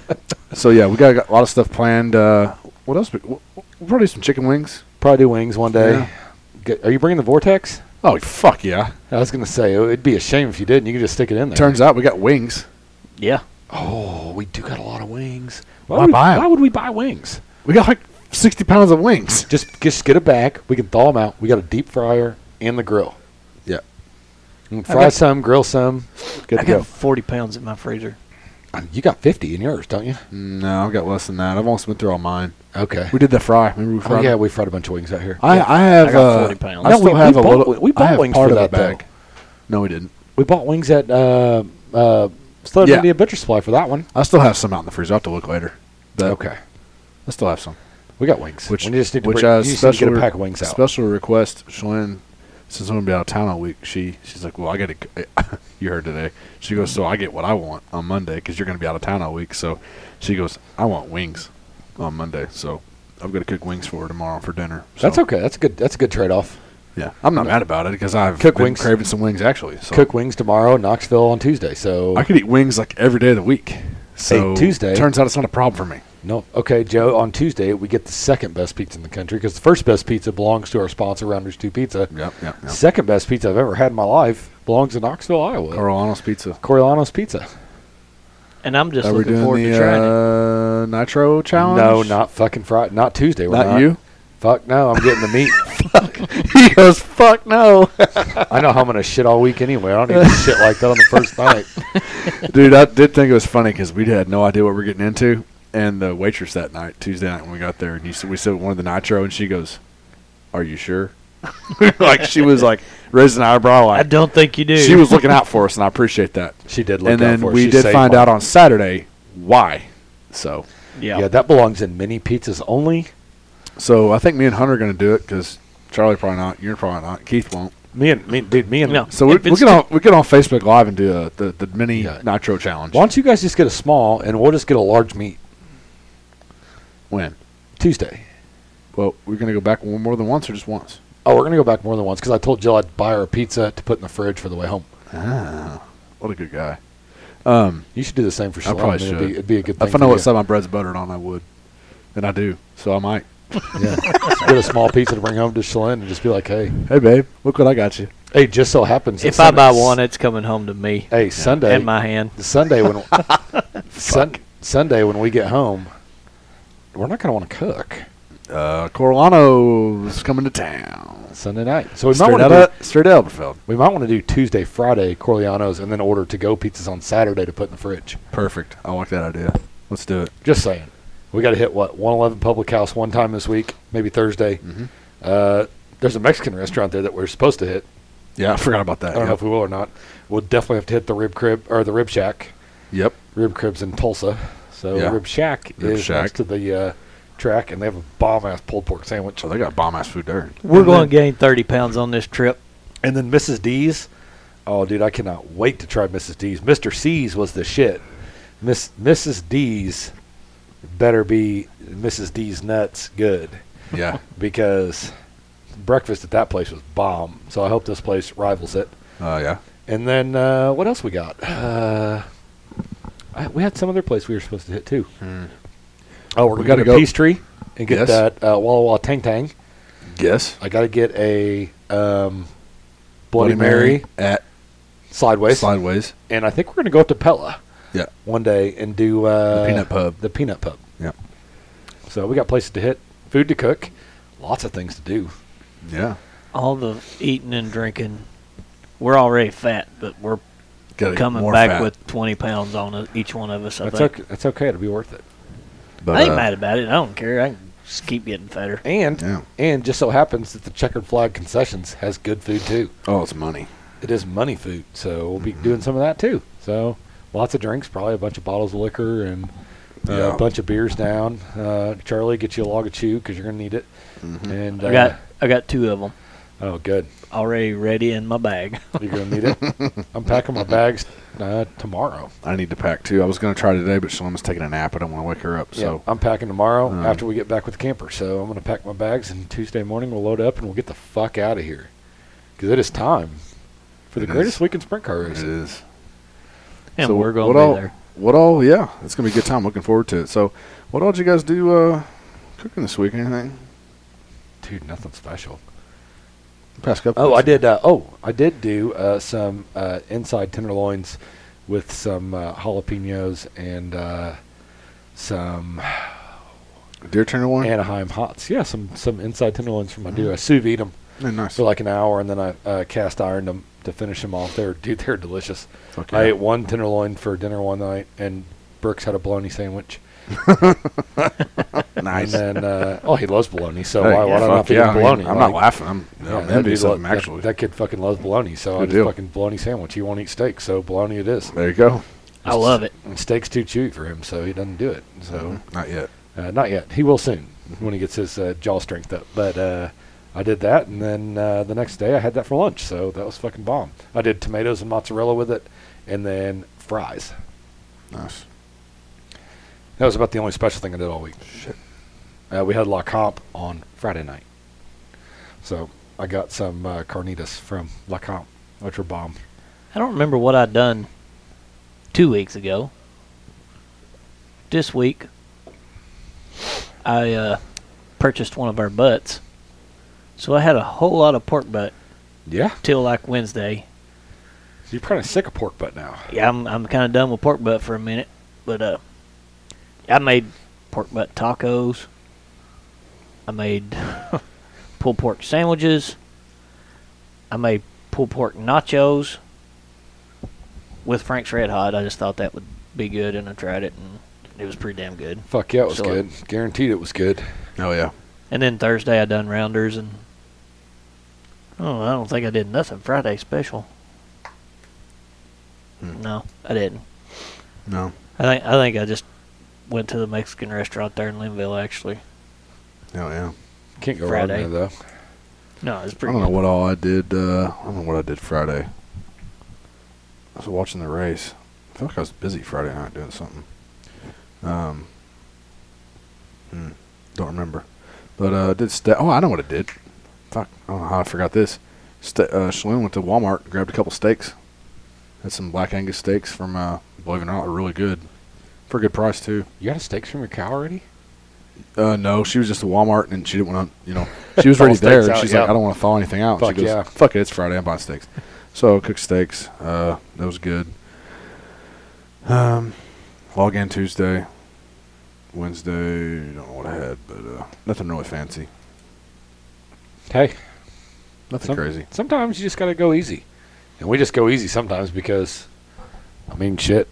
Speaker 3: so yeah, we got, got a lot of stuff planned. Uh, what else? We, we'll we'll probably do some chicken wings.
Speaker 2: Probably do wings one day. Get- Are you bringing the Vortex?
Speaker 3: Oh fuck yeah!
Speaker 2: I was going to say, oh, it'd be a shame if you didn't. You could just stick it in there.
Speaker 3: Turns out we got wings.
Speaker 1: Yeah,
Speaker 2: oh, we do got a lot of wings.
Speaker 3: Why
Speaker 2: would,
Speaker 3: buy 'em?
Speaker 2: why would we buy wings?
Speaker 3: We got like sixty pounds of wings.
Speaker 2: Just, just get it back. We can thaw them out. We got a deep fryer and the grill.
Speaker 3: Yep.
Speaker 2: You can fry
Speaker 1: got-
Speaker 2: some, grill some. Good
Speaker 1: I
Speaker 2: to
Speaker 1: got
Speaker 2: go.
Speaker 1: forty pounds in my freezer.
Speaker 2: Um, You got 50 in yours, don't you?
Speaker 3: No, I've got less than that. I've almost went through all mine.
Speaker 2: Okay.
Speaker 3: We did the fry. Remember we fried?
Speaker 2: oh, yeah,
Speaker 3: them?
Speaker 2: we fried a bunch of wings out here.
Speaker 3: I,
Speaker 2: Yeah.
Speaker 3: I have.
Speaker 1: I got
Speaker 3: uh,
Speaker 1: 40 pounds.
Speaker 3: I
Speaker 1: No,
Speaker 3: still
Speaker 2: we- we
Speaker 3: have a
Speaker 2: bought-
Speaker 3: little.
Speaker 2: we bought
Speaker 3: I have
Speaker 2: wings
Speaker 3: part
Speaker 2: for
Speaker 3: of
Speaker 2: that, though.
Speaker 3: bag. No, we didn't.
Speaker 2: we bought wings at uh, uh, Southern
Speaker 3: Yeah.
Speaker 2: India Butcher Supply for that one.
Speaker 3: I still have some out in the freezer. I will have to look later. But I still have some.
Speaker 2: We got wings.
Speaker 3: Which
Speaker 2: we just need to,
Speaker 3: which
Speaker 2: bring,
Speaker 3: uh,
Speaker 2: you just need
Speaker 3: special
Speaker 2: to get a
Speaker 3: re-
Speaker 2: pack of wings out.
Speaker 3: Special request, Shalyn. Since I'm gonna be out of town all week, she she's like, "Well, I got to." you heard today. She goes, "So I get what I want on Monday because you're gonna be out of town all week." So she goes, "I want wings on Monday." So I'm gonna cook wings for her tomorrow for dinner.
Speaker 2: That's
Speaker 3: So,
Speaker 2: okay. That's a good. That's a good trade-off.
Speaker 3: Yeah, I'm not mad about it because I've
Speaker 2: Cook
Speaker 3: been
Speaker 2: wings.
Speaker 3: craving some wings actually. So
Speaker 2: Cook wings tomorrow, in Knoxville on Tuesday. So
Speaker 3: I could eat wings like every day of the week. So
Speaker 2: Tuesday-
Speaker 3: Turns out it's not a problem for me.
Speaker 2: no, okay, Joe. On Tuesday we get the second best pizza in the country because the first best pizza belongs to our sponsor, Rounders Two Pizza.
Speaker 3: Yep, yep, yep.
Speaker 2: Second best pizza I've ever had in my life belongs in Knoxville, Iowa.
Speaker 3: Carolano's pizza.
Speaker 2: Coriolano's Pizza.
Speaker 1: And I'm just
Speaker 3: Are we
Speaker 1: looking
Speaker 3: doing
Speaker 1: forward
Speaker 3: the
Speaker 1: to trying it.
Speaker 3: uh, nitro challenge?
Speaker 2: No, not fucking Friday. Not Tuesday. We're
Speaker 3: not,
Speaker 2: not,
Speaker 3: you.
Speaker 2: Fuck no. I'm getting the meat.
Speaker 3: he goes, "Fuck no,
Speaker 2: I know how I'm gonna shit all week anyway. I don't need to shit like that on the first night.
Speaker 3: dude." I did think it was funny because we had no idea what we are getting into, and the waitress that night, Tuesday night when we got there, and you said, we said one of the nitro, and she goes, "Are you sure?" like she was like raising an eyebrow,
Speaker 1: I
Speaker 3: like
Speaker 1: don't think you do.
Speaker 3: she was looking out for us, and I appreciate that.
Speaker 2: She did look
Speaker 3: and
Speaker 2: out
Speaker 3: then
Speaker 2: for us.
Speaker 3: we
Speaker 2: She
Speaker 3: did
Speaker 2: saved
Speaker 3: find
Speaker 2: mine.
Speaker 3: out on Saturday why. So,
Speaker 1: yeah.
Speaker 2: Yeah, that belongs in mini pizzas only.
Speaker 3: so I think me and Hunter are gonna do it because Charlie probably not, you're probably not, Keith won't.
Speaker 2: Me and me, dude. Me and
Speaker 1: No.
Speaker 3: So we,
Speaker 1: If
Speaker 3: we
Speaker 1: it's
Speaker 3: get
Speaker 1: too-
Speaker 3: on we get on Facebook Live and do a, the the mini
Speaker 2: Yeah.
Speaker 3: nitro challenge.
Speaker 2: Why don't you guys just get a small and we'll just get a large meat
Speaker 3: When?
Speaker 2: Tuesday?
Speaker 3: Well, we're gonna go back one more than once or just once.
Speaker 2: Oh, we're gonna go back more than once because I told Jill I'd buy her a pizza to put in the fridge for the way home.
Speaker 3: Ah, what a good guy.
Speaker 2: You should do the same for Shalom.
Speaker 3: probably
Speaker 2: it'd,
Speaker 3: should.
Speaker 2: Be, it'd be a good thing.
Speaker 3: If I know
Speaker 2: for
Speaker 3: what
Speaker 2: you.
Speaker 3: side my bread's buttered on, I would, and I do. So I might.
Speaker 2: Yeah. Just get a small pizza to bring home to Shalyn and just be like, hey,
Speaker 3: Hey, babe, look what I got you.
Speaker 2: hey, just so happens. that
Speaker 1: if I buy
Speaker 2: Sunday-
Speaker 1: one, it's coming home to me
Speaker 2: hey, Sunday,
Speaker 1: and my hand.
Speaker 2: Sunday when Sun, Sunday when we get home, we're not gonna want to cook
Speaker 3: Uh, Corlano's coming to town.
Speaker 2: Sunday night. So we might
Speaker 3: Straight
Speaker 2: want
Speaker 3: out,
Speaker 2: to.
Speaker 3: of, straight out of Elberfeld.
Speaker 2: We might want to do Tuesday, Friday, Corleano's, and then order to go pizzas on Saturday to put in the fridge.
Speaker 3: Perfect. I like that idea. Let's do it.
Speaker 2: Just saying. We got to hit what 111 Public House one time this week, maybe Thursday.
Speaker 3: Mm-hmm.
Speaker 2: Uh, there's a Mexican restaurant there that we're supposed to hit.
Speaker 3: Yeah, I forgot about
Speaker 2: I
Speaker 3: that.
Speaker 2: don't know
Speaker 3: Yep.
Speaker 2: if we will or not. We'll definitely have to hit the Rib Crib or the Rib Shack.
Speaker 3: Yep.
Speaker 2: Rib Crib's in Tulsa, so
Speaker 3: Yeah.
Speaker 2: Rib Shack
Speaker 3: Rib
Speaker 2: is
Speaker 3: Shack.
Speaker 2: next to the uh, track, and they have a bomb ass pulled pork sandwich.
Speaker 3: So Oh, they got bomb ass food there.
Speaker 1: We're going to gain 30 pounds on this trip.
Speaker 2: And then Mrs. D's. Oh, dude, I cannot wait to try Mrs. D's. Mr. C's was the shit. Miss Mrs. D's better be Mrs. D's nuts good
Speaker 3: Yeah.
Speaker 2: because breakfast at that place was bomb. So I hope this place rivals it.
Speaker 3: Uh, yeah.
Speaker 2: And then uh, what else we got? Uh, I, we had some other place we were supposed to hit too.
Speaker 1: Mm.
Speaker 2: Oh, we're
Speaker 3: We
Speaker 2: gonna
Speaker 3: gotta
Speaker 2: go
Speaker 3: go-
Speaker 2: Peace Tree and get
Speaker 3: Yes.
Speaker 2: that uh, Walla Walla Tang Tang.
Speaker 3: Yes.
Speaker 2: I gotta get a um, Bloody, Mary,
Speaker 3: at
Speaker 2: sideways,
Speaker 3: Slideways.
Speaker 2: and I think we're gonna go up to Pella
Speaker 3: Yeah.
Speaker 2: one day and do uh,
Speaker 3: Peanut Pub.
Speaker 2: The Peanut Pub.
Speaker 3: Yep.
Speaker 2: So we got places to hit, food to cook, lots of things to do.
Speaker 3: Yeah.
Speaker 1: All the eating and drinking. We're already fat, but we're
Speaker 3: Gotta get
Speaker 1: coming
Speaker 3: more
Speaker 1: back
Speaker 3: fat,
Speaker 1: with 20 pounds on us- each one of us, I
Speaker 2: That's
Speaker 1: think.
Speaker 2: okay. That's okay. It'll be worth it.
Speaker 3: but,
Speaker 1: I ain't
Speaker 3: uh,
Speaker 1: mad about it. I don't care. I can just keep getting fatter.
Speaker 2: And
Speaker 3: Yeah.
Speaker 2: and just so happens that the Checkered Flag Concessions has good food too.
Speaker 3: Oh, it's money.
Speaker 2: it is money food, so we'll be
Speaker 3: Mm-hmm.
Speaker 2: doing some of that too. So lots of drinks, probably a bunch of bottles of liquor and uh,
Speaker 3: Yeah.
Speaker 2: a bunch of beers down. Uh, Charlie, get you a log of chew because you're gonna need it.
Speaker 3: Mm-hmm.
Speaker 2: And uh,
Speaker 1: I got I got two of them
Speaker 2: oh, good,
Speaker 1: already ready in my bag.
Speaker 2: you're gonna need it. I'm packing my bags uh, tomorrow.
Speaker 3: I need to pack too. I was gonna try today, but Shalema's taking a nap. I don't want to wake her up.
Speaker 2: So
Speaker 3: So
Speaker 2: I'm packing tomorrow
Speaker 3: Um,
Speaker 2: after we get back with the camper. So I'm gonna pack my bags and Tuesday morning we'll load up and we'll get the fuck out of here because it is time for the
Speaker 3: It
Speaker 2: greatest
Speaker 3: is.
Speaker 2: week in sprint car
Speaker 3: it
Speaker 2: racing.
Speaker 3: is.
Speaker 1: And
Speaker 3: so
Speaker 1: we're going
Speaker 3: what
Speaker 1: to be
Speaker 3: all,
Speaker 1: there.
Speaker 3: What all? Yeah, it's gonna be a good time. Looking forward to it. So, what all did you guys do uh, cooking this week? Anything?
Speaker 2: Dude, nothing special.
Speaker 3: Past couple.
Speaker 2: Oh, I did. Uh, oh, I did do uh, some uh, inside tenderloins with some uh, jalapenos and uh, some
Speaker 3: Deer tenderloin.
Speaker 2: Anaheim hots. Yeah, some some inside tenderloins from my dude. I
Speaker 3: Mm-hmm.
Speaker 2: sous vide them
Speaker 3: Yeah, nice.
Speaker 2: for like an hour, and then I uh, cast ironed them to finish them off. They're dude, they're delicious.
Speaker 3: Fuck
Speaker 2: I
Speaker 3: yeah.
Speaker 2: ate one tenderloin for dinner one night, and Brooks had a bologna sandwich.
Speaker 3: nice.
Speaker 2: And then, uh, oh, he loves bologna, so
Speaker 3: Hey,
Speaker 2: why, why don't I
Speaker 3: fuck
Speaker 2: have to
Speaker 3: yeah,
Speaker 2: eat bologna?
Speaker 3: I'm
Speaker 2: Like,
Speaker 3: not laughing. I'm,
Speaker 2: Yeah,
Speaker 3: I'm
Speaker 2: that,
Speaker 3: envious
Speaker 2: dude
Speaker 3: of
Speaker 2: lo-
Speaker 3: him,
Speaker 2: that-
Speaker 3: actually.
Speaker 2: That, kid fucking loves bologna, so I
Speaker 3: Good
Speaker 2: just
Speaker 3: deal.
Speaker 2: fucking bologna sandwich. He won't eat steak, so bologna it is.
Speaker 3: there you go.
Speaker 1: I love it.
Speaker 2: And steak's too chewy for him, so he doesn't do it. So
Speaker 3: Not yet.
Speaker 2: uh, not yet. He will soon
Speaker 3: Mm-hmm.
Speaker 2: when he gets his uh, jaw strength up. But uh, I did that, and then uh, the next day I had that for lunch, so that was fucking bomb. I did tomatoes and mozzarella with it, and then fries.
Speaker 3: Nice.
Speaker 2: That was about the only special thing I did all week.
Speaker 3: Shit.
Speaker 2: Uh, we had La Comp on Friday night. So I got some uh, carnitas from La Comp, which were bomb.
Speaker 1: I don't remember what I done two weeks ago. This week, I uh, purchased one of our butts, so I had a whole lot of pork butt
Speaker 2: Yeah.
Speaker 1: till like Wednesday.
Speaker 2: You're kind of sick of pork butt now.
Speaker 1: Yeah, I'm I'm kind of done with pork butt for a minute, but uh, I made pork butt tacos. I made pulled pork sandwiches. I made pulled pork nachos with Frank's Red Hot. I just thought that would be good, and I tried it, and it was pretty damn good.
Speaker 2: Fuck yeah, it was
Speaker 1: So, uh,
Speaker 2: good. Guaranteed it was good.
Speaker 3: Oh yeah.
Speaker 1: And then Thursday I done rounders, and oh, I don't think I did nothing Friday special.
Speaker 3: Hmm.
Speaker 1: No, I didn't.
Speaker 3: No.
Speaker 1: I think I think I just went to the Mexican restaurant there in Linville. Actually,
Speaker 3: Oh yeah.
Speaker 2: Can't go
Speaker 1: Friday.
Speaker 2: wrong there though.
Speaker 1: no, it's
Speaker 3: I
Speaker 1: pretty.
Speaker 3: don't know what all I did. Uh, I don't know what I did Friday. I was watching the race. I feel like I was busy Friday night doing something. Um, hmm, don't remember. But uh, I did sta Oh, I know what I did. Fuck. I don't know how I forgot this. Sta uh, Shalene went to Walmart, grabbed a couple steaks. Had some Black Angus steaks from, uh, believe it or not, they're really good. For a good price, too.
Speaker 2: You got a steaks from your cow already?
Speaker 3: Uh, no, she was just at Walmart and she didn't want to, you know, she was already
Speaker 2: Thaw steaks
Speaker 3: there.
Speaker 2: out,
Speaker 3: She's
Speaker 2: yeah.
Speaker 3: like, I don't want to thaw anything out.
Speaker 2: Fuck
Speaker 3: she goes,
Speaker 2: yeah.
Speaker 3: fuck it, it's Friday. I'm buying steaks. so I cooked steaks. Uh, that was good. Um, log in Tuesday, Wednesday. Don't know what I had, but uh, nothing really fancy.
Speaker 2: Hey,
Speaker 3: Nothing
Speaker 2: some-
Speaker 3: crazy.
Speaker 2: Sometimes you just gotta go easy, and we just go easy sometimes because, I mean, shit.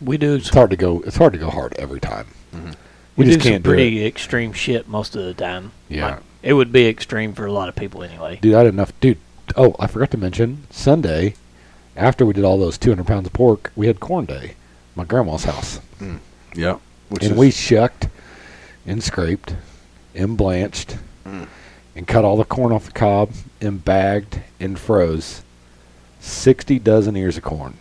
Speaker 1: we do
Speaker 2: It's hard to go. It's hard to go hard every time.
Speaker 3: Mhm.
Speaker 1: we,
Speaker 2: We, just
Speaker 1: do some
Speaker 2: can't do it.
Speaker 1: pretty extreme shit most of the time.
Speaker 2: Yeah.
Speaker 1: Like, it would be extreme for a lot of people anyway.
Speaker 2: Dude, I had enough. Dude, oh, I forgot to mention Sunday, after we did all those 200 pounds of pork, we had corn day, at my grandma's house,
Speaker 3: Yeah. Which
Speaker 2: and
Speaker 3: is,
Speaker 2: we shucked, and scraped, and blanched,
Speaker 3: Mm.
Speaker 2: and cut all the corn off the cob, and bagged and froze, 60 dozen ears of corn.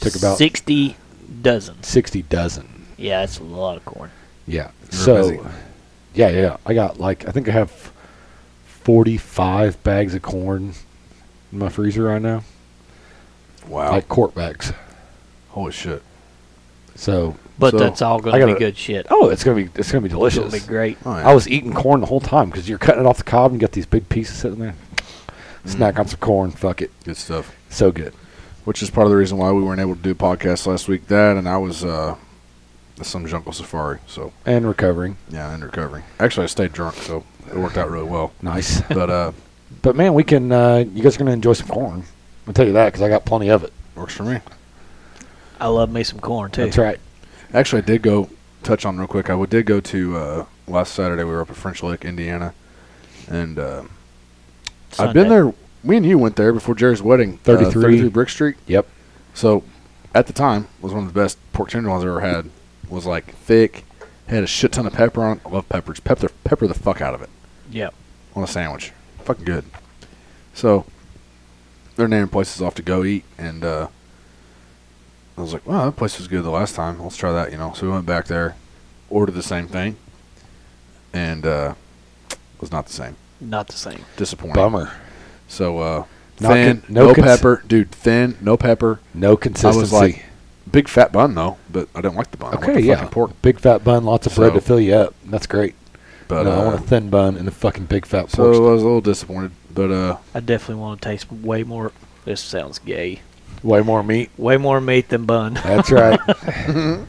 Speaker 2: Took about
Speaker 1: sixty dozens.
Speaker 2: 60 dozen.
Speaker 1: Yeah, that's a lot of corn.
Speaker 2: Yeah.
Speaker 3: You were
Speaker 2: so,
Speaker 3: busy.
Speaker 2: yeah, yeah. I got like I think I have 45 bags of corn in my freezer right now,
Speaker 3: wow.
Speaker 2: like quart bags.
Speaker 3: Holy shit.
Speaker 2: So
Speaker 1: But
Speaker 3: So,
Speaker 1: that's all
Speaker 2: I
Speaker 1: going to be
Speaker 2: gotta-
Speaker 1: good shit.
Speaker 2: Oh, it's gonna be it's gonna be
Speaker 1: it's
Speaker 2: delicious.
Speaker 1: going to be great.
Speaker 3: Oh, yeah.
Speaker 2: I was eating corn the whole time because you're cutting it off the cob and you got these big pieces sitting there.
Speaker 3: Mm-hmm.
Speaker 2: Snack on some corn, fuck it,
Speaker 3: Good stuff.
Speaker 2: so good.
Speaker 3: Which is part of the reason why we weren't able to do a podcast last week. That and I was uh, some jungle safari. So
Speaker 2: And recovering,
Speaker 3: yeah, and recovering. Actually, I stayed drunk, so it worked out really well.
Speaker 2: nice.
Speaker 3: But uh,
Speaker 2: but man, we can. Uh, you guys are gonna enjoy some corn. I'll tell you that because I got plenty of it.
Speaker 3: works for me.
Speaker 1: I love me some corn too.
Speaker 2: That's right.
Speaker 3: Actually, I did go touch on real quick. I did go to uh, last Saturday. We were up at French Lake, Indiana, and uh, I've been
Speaker 1: Sunday.
Speaker 3: there. Me and you went there before Jerry's wedding. uh,
Speaker 2: 33.
Speaker 3: 33 Brick Street.
Speaker 2: Yep.
Speaker 3: So, at the time, was one of the best pork tenderloins I ever had. Was like thick, had a shit ton of pepper on. it. I love peppers. Pepper, pepper the fuck out of it
Speaker 1: Yeah.
Speaker 3: on a sandwich. Fucking good. So, they're naming places off to go eat, and uh, I was like, "Wow, that place was good the last time. Let's try that." You know, so we went back there, ordered the same thing, and uh, was not the same.
Speaker 1: Not the same.
Speaker 3: Disappointing.
Speaker 2: Bummer.
Speaker 3: So uh,
Speaker 2: Not
Speaker 3: thin,
Speaker 2: con- no
Speaker 3: no
Speaker 2: cons-
Speaker 3: pepper, dude. Thin, no pepper.
Speaker 2: No consistency.
Speaker 3: I was like, big fat bun though, but I didn't like the bun. I want
Speaker 2: okay,
Speaker 3: the
Speaker 2: yeah,
Speaker 3: fucking pork.
Speaker 2: big fat bun, lots of bread
Speaker 3: So-
Speaker 2: to fill you up. That's great.
Speaker 3: But
Speaker 2: no,
Speaker 3: uh,
Speaker 2: I want a thin bun and a fucking big fat
Speaker 3: so uh,
Speaker 2: pork.
Speaker 3: I was a little disappointed. But uh,
Speaker 1: I definitely want to taste way more. This sounds gay.
Speaker 2: Way more meat.
Speaker 1: Way more meat than bun.
Speaker 2: That's right.
Speaker 3: Mm-hmm.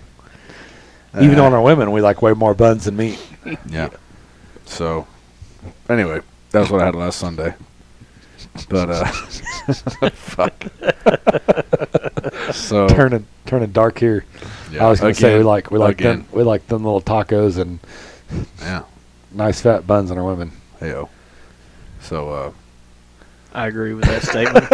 Speaker 3: Uh,
Speaker 2: Even on our women, we like way more buns than meat.
Speaker 3: yeah. So anyway, that's what I had last Sunday. But uh, fuck. so
Speaker 2: turning turning dark here.
Speaker 3: yeah,
Speaker 2: I was gonna say we
Speaker 3: again,
Speaker 2: like we like
Speaker 3: again.
Speaker 2: them we like them little tacos and
Speaker 3: Yeah.
Speaker 2: nice fat buns on our women.
Speaker 3: Heyo. So uh,
Speaker 1: I agree with that statement.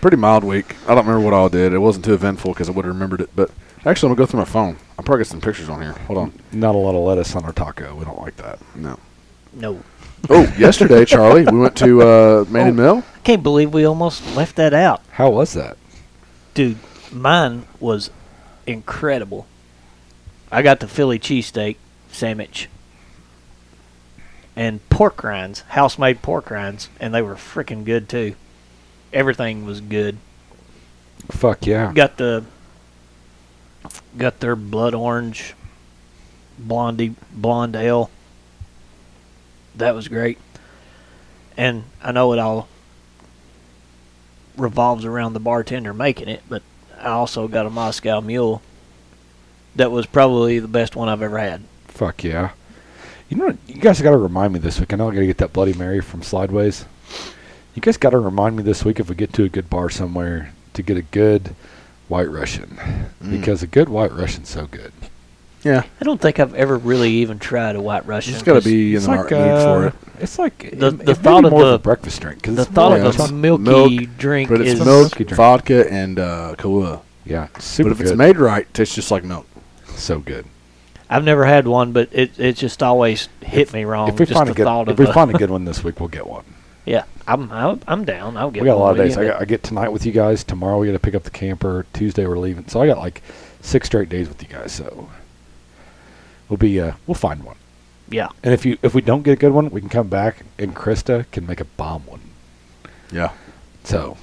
Speaker 3: pretty mild week. I don't remember what I all did. It wasn't too eventful because I would have remembered it. But actually, I'm gonna go through my phone. I'll probably get some pictures on here. Hold on.
Speaker 2: Not a lot of lettuce on our taco. We don't like that.
Speaker 3: No.
Speaker 1: No.
Speaker 3: Oh, yesterday, Charlie, we went to uh, Man
Speaker 2: Oh.
Speaker 3: and Mill.
Speaker 1: I can't believe we almost left that out.
Speaker 2: How was that?
Speaker 1: Dude, mine was incredible. I got the Philly cheesesteak sandwich and pork rinds, house made pork rinds, and they were freaking good too. Everything was good.
Speaker 2: Fuck yeah.
Speaker 1: Got the got their blood orange blondie blonde ale. That was great. And I know it all revolves around the bartender making it, but I also got a Moscow mule that was probably the best one I've ever had.
Speaker 2: Fuck yeah. You know what? You guys got to remind me this week. I know I got to get that Bloody Mary from Slideways. You guys got to remind me this week if we get to a good bar somewhere to get a good White Russian
Speaker 3: Mm.
Speaker 2: because a good White Russian's so good.
Speaker 3: Yeah,
Speaker 1: I don't think I've ever really even tried a white Russian.
Speaker 3: just got to
Speaker 1: 'cause
Speaker 3: be in
Speaker 2: It's
Speaker 3: the right
Speaker 2: like,
Speaker 3: mood for
Speaker 2: uh,
Speaker 3: it.
Speaker 2: it's like
Speaker 1: The-
Speaker 2: it-
Speaker 1: the
Speaker 2: it may be
Speaker 1: thought of
Speaker 2: more
Speaker 1: the-
Speaker 2: a breakfast drink 'cause
Speaker 1: the
Speaker 2: it's
Speaker 1: thought
Speaker 2: more
Speaker 1: of
Speaker 2: like-
Speaker 1: a milky
Speaker 3: milk,
Speaker 1: drink
Speaker 3: But it's
Speaker 1: is
Speaker 3: milk,
Speaker 2: Milky drink.
Speaker 3: vodka, and uh, Kahlua.
Speaker 2: yeah, super
Speaker 3: but if it's
Speaker 2: good.
Speaker 3: made right, it tastes just like milk.
Speaker 2: so good.
Speaker 1: I've never had one, but it it just always hit me wrong.
Speaker 2: If we
Speaker 1: Um, just
Speaker 2: find
Speaker 1: the
Speaker 2: a good,
Speaker 1: thought
Speaker 2: if
Speaker 1: of
Speaker 2: we
Speaker 1: a-
Speaker 2: find a good one this week, we'll get one.
Speaker 1: yeah, I'm I'm I'm down. I'll get.
Speaker 2: we got a
Speaker 1: one
Speaker 2: lot of
Speaker 1: with
Speaker 2: days.
Speaker 1: you,
Speaker 2: I
Speaker 1: but
Speaker 2: got, I get tonight with you guys. Tomorrow we got to pick up the camper. Tuesday we're leaving, so I got like six straight days with you guys. So we'll be uh, we'll find one.
Speaker 1: yeah,
Speaker 2: And if you if we don't get a good one, we can come back and Krista can make a bomb one.
Speaker 3: Yeah.
Speaker 2: So